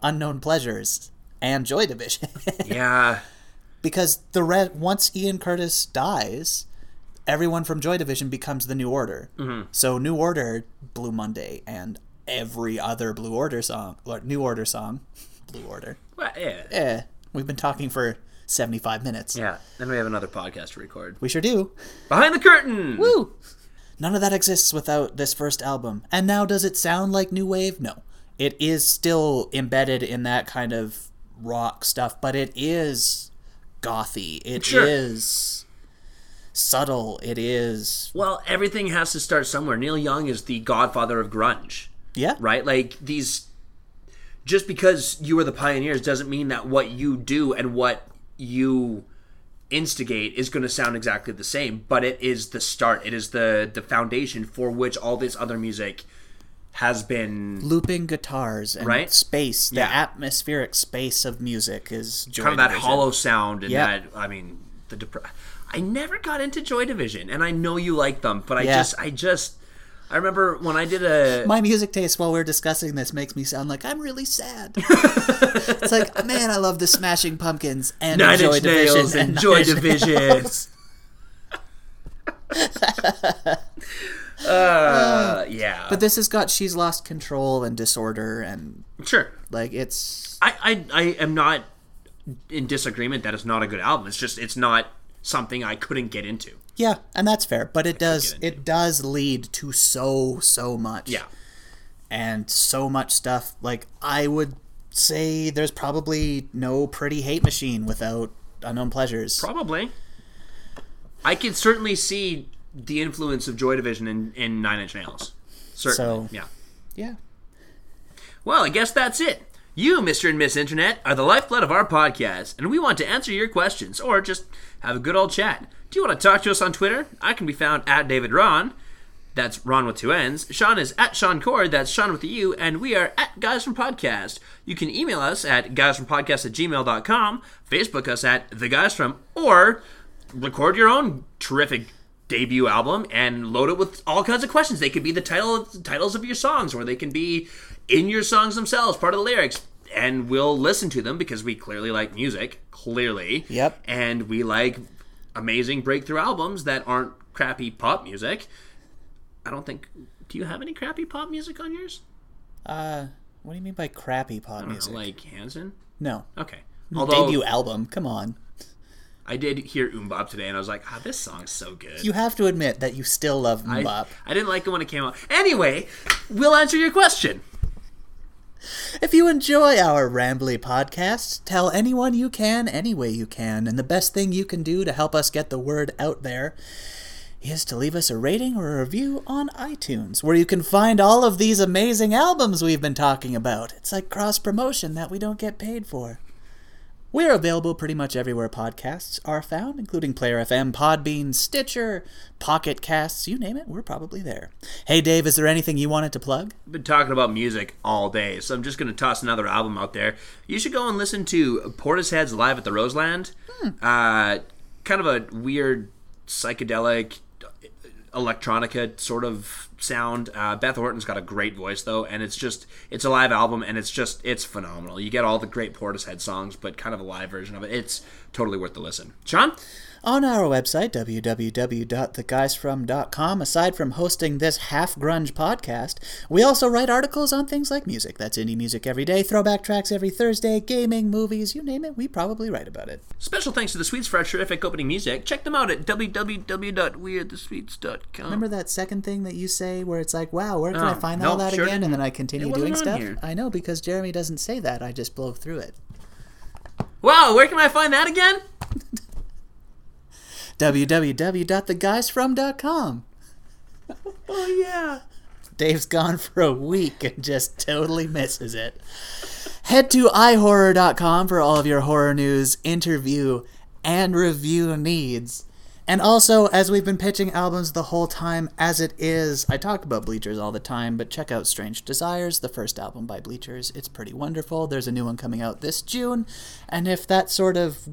Unknown Pleasures and Joy Division. yeah, because the re- once Ian Curtis dies, everyone from Joy Division becomes the New Order. Mm-hmm. So New Order, Blue Monday, and every other Blue Order song, or New Order song, Blue Order. well, yeah, Eh, we've been talking for seventy-five minutes. yeah. Then we have another podcast to record We sure do. behind the curtain. Woo! None of that exists without this first album. And now, does it sound like new wave? No, it is still embedded in that kind of rock stuff, but it is gothy. It is Sure. subtle. It is Well, everything has to start somewhere. Neil Young is the godfather of grunge. yeah, right? Like these just because you are the pioneers doesn't mean that what you do and what you instigate is going to sound exactly the same, but it is the start. It is the the foundation for which all this other music has been Looping guitars and Right? space. The Yeah. atmospheric space of music is Joy kind of that Division. hollow sound and Yeah. that I mean the depre- I never got into Joy Division and I know you like them, but I Yeah. just I just I remember when I did a my music taste while we're discussing this makes me sound like I'm really sad. it's like, man, I love the Smashing Pumpkins and Nine Joy Inch Division Nails and Nine Joy Inch- Division. uh, yeah, But this has got she's lost control and disorder and sure. like it's I, I I am not in disagreement that it's not a good album. It's just it's not something I couldn't get into. yeah, and that's fair. But it does get into. it does lead to so so much. Yeah, and so much stuff. Like I would say, there's probably no pretty hate machine without unknown pleasures. probably. I can certainly see the influence of Joy Division in, in Nine Inch Nails. So- Certainly, yeah. yeah. Well, I guess that's it. You, Mr. and Miss Internet, are the lifeblood of our podcast, and we want to answer your questions or just have a good old chat. Do you want to talk to us on Twitter? I can be found at David Ron. That's Ron with two N's. Sean is at Sean Cord. That's Sean with a U. And we are at Guys from Podcast. You can email us at guysfrompodcast at gmail.com, Facebook us at The Guys From, or record your own terrific debut album and load it with all kinds of questions. They could be the title titles of your songs, or they can be in your songs themselves, part of the lyrics. And we'll listen to them because we clearly like music, clearly. Yep. And we like amazing breakthrough albums that aren't crappy pop music. I don't think. Do you have any crappy pop music on yours? Uh, what do you mean by crappy pop music? Like Hanson? no. Okay. Although Debut album. Come on. I did hear Umbop today, and I was like, "Ah, this song's so good." You have to admit that you still love I- Mbop. I didn't like it when it came out. Anyway, we'll answer your question. If you enjoy our rambly podcast, tell anyone you can any way you can. And the best thing you can do to help us get the word out there is to leave us a rating or a review on iTunes, where you can find all of these amazing albums we've been talking about. It's like cross promotion that we don't get paid for. We're available pretty much everywhere podcasts are found, including Player FM, Podbean, Stitcher, Pocket Casts, you name it, we're probably there. Hey Dave, is there anything you wanted to plug? been talking about music all day, so I'm just going to toss another album out there. You should go and listen to Portishead's Live at the Roseland. Uh, kind of a weird psychedelic electronica sort of sound. Uh, Beth Orton's got a great voice though, and it's just it's a live album, and it's just it's phenomenal. You get all the great Portishead songs, but kind of a live version of it. It's totally worth the listen. Sean, On our website, www.theguysfrom.com, aside from hosting this half grunge podcast, we also write articles on things like music. That's indie music every day, throwback tracks every Thursday, gaming, movies, you name it, we probably write about it. special thanks to the Sweets for our terrific opening music. Check them out at www.wearethesweets.com. Remember that second thing that you say where it's like, wow, where can I Oh, find no, all that sure again? And then I It continue wasn't doing on stuff? here. I know, because Jeremy doesn't say that. I just blow through it. Wow, where can I find that again? www.theguysfrom.com. Oh yeah. Dave's gone for a week and just totally misses it. Head to ihorror.com for all of your horror news, interview, and review needs. And also, as we've been pitching albums the whole time, as it is, I talk about Bleachers all the time, but check out Strange Desires, the first album by Bleachers. It's pretty wonderful. There's a new one coming out this June. And if that sort of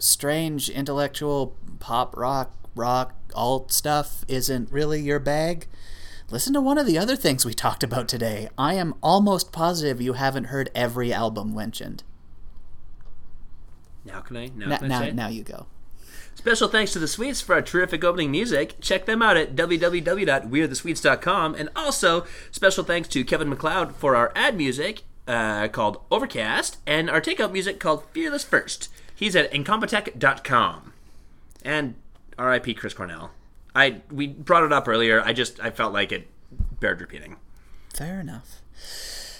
strange intellectual pop rock, rock, alt stuff isn't really your bag, listen to one of the other things we talked about today. I am almost positive you haven't heard every album mentioned. Now can I? Now, Now, can I now, say it? now you go. Special thanks to the Sweets for our terrific opening music. Check them out at www.wearethesweets.com. And also, special thanks to Kevin McLeod for our ad music uh, called Overcast and our takeout music called Fearless First. He's at incompetech.com. And RIP Chris Cornell. I we brought it up earlier. I just I felt like it bared repeating. Fair enough.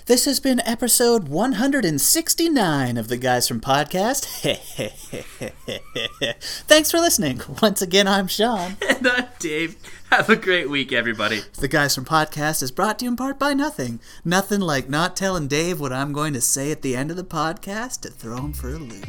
This has been episode 169 of the Guys from Podcast. Thanks for listening. Once again, I'm Sean. And I'm Dave. Have a great week, everybody. The Guys from Podcast is brought to you in part by nothing. Nothing like not telling Dave what I'm going to say at the end of the podcast to throw him for a loop.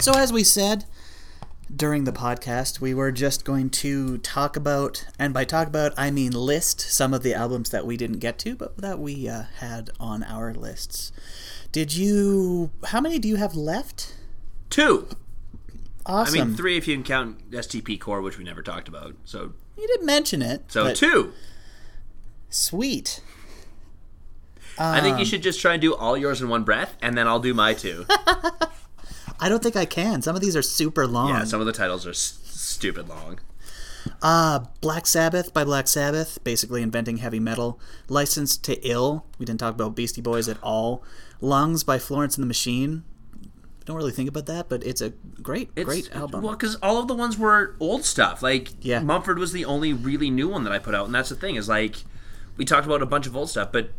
So, as we said during the podcast, we were just going to talk about, and by talk about, I mean list some of the albums that we didn't get to, but that we uh, had on our lists. Did you? How many do you have left? Two. I Awesome. mean, three if you can count STP Core, which we never talked about. So, You didn't mention it. so but two. Sweet. I think um, you should just try and do all yours in one breath, and then I'll do my two. I don't think I can. Some of these are super long. yeah, some of the titles are s- stupid long. Uh, Black Sabbath by Black Sabbath, basically inventing heavy metal. Licensed to Ill, we didn't talk about Beastie Boys at all. Lungs by Florence and the Machine. Don't really think about that, but it's a great, great album. Well, because all of the ones were old stuff. Like, Yeah. Mumford was the only really new one that I put out, and that's the thing is like, we talked about a bunch of old stuff, but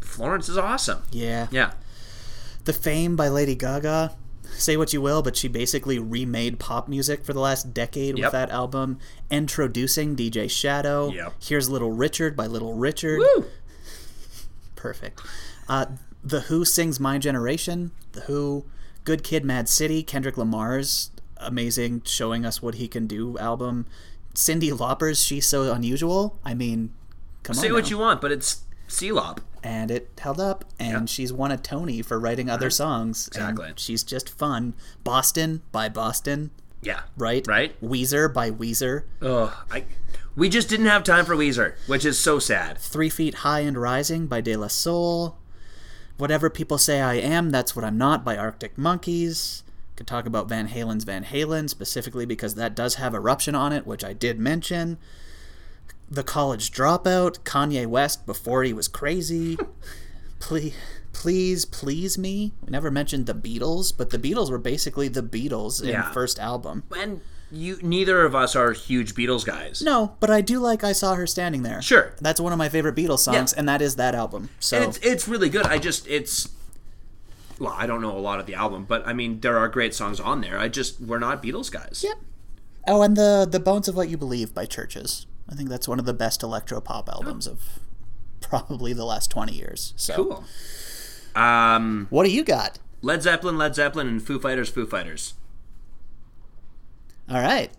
Florence is awesome. yeah. Yeah. The Fame by Lady Gaga. Say what you will, but she basically remade pop music for the last decade Yep. with that album. Introducing DJ Shadow. Yep. Here's Little Richard by Little Richard. Woo! Perfect. Uh, the Who sings My Generation. The Who, Good Kid, Mad City. Kendrick Lamar's amazing, showing us what he can do album. Cindy Lauper's She's So Unusual. I mean, come Say on. what now. you want, but it's C-Lop. and it held up, and she's won a Tony for writing other songs. and Exactly. she's just fun. Boston by Boston, Yeah. right? Right. Weezer by Weezer. Ugh. I. We just didn't have time for Weezer, which is so sad. Three Feet High and Rising by De La Soul. Whatever People Say I Am, That's What I'm Not by Arctic Monkeys. Could talk about Van Halen's Van Halen specifically because that does have Eruption on it, which I did mention. The College Dropout, Kanye West before he was crazy. please, please, please me. We never mentioned the Beatles, but the Beatles were basically the Beatles in Yeah. first album. And you, neither of us are huge Beatles guys. No, but I do like I Saw Her Standing There. Sure. That's one of my favorite Beatles songs, Yeah. and that is that album. So And it's it's really good. I just it's well, I don't know a lot of the album, but I mean there are great songs on there. I just we're not Beatles guys. Yep. Oh, and the the Bones of What You Believe by Churches. I think that's one of the best electro pop albums of probably the last twenty years. So, Cool. Um, what do you got? Led Zeppelin, Led Zeppelin, and Foo Fighters, Foo Fighters. All right,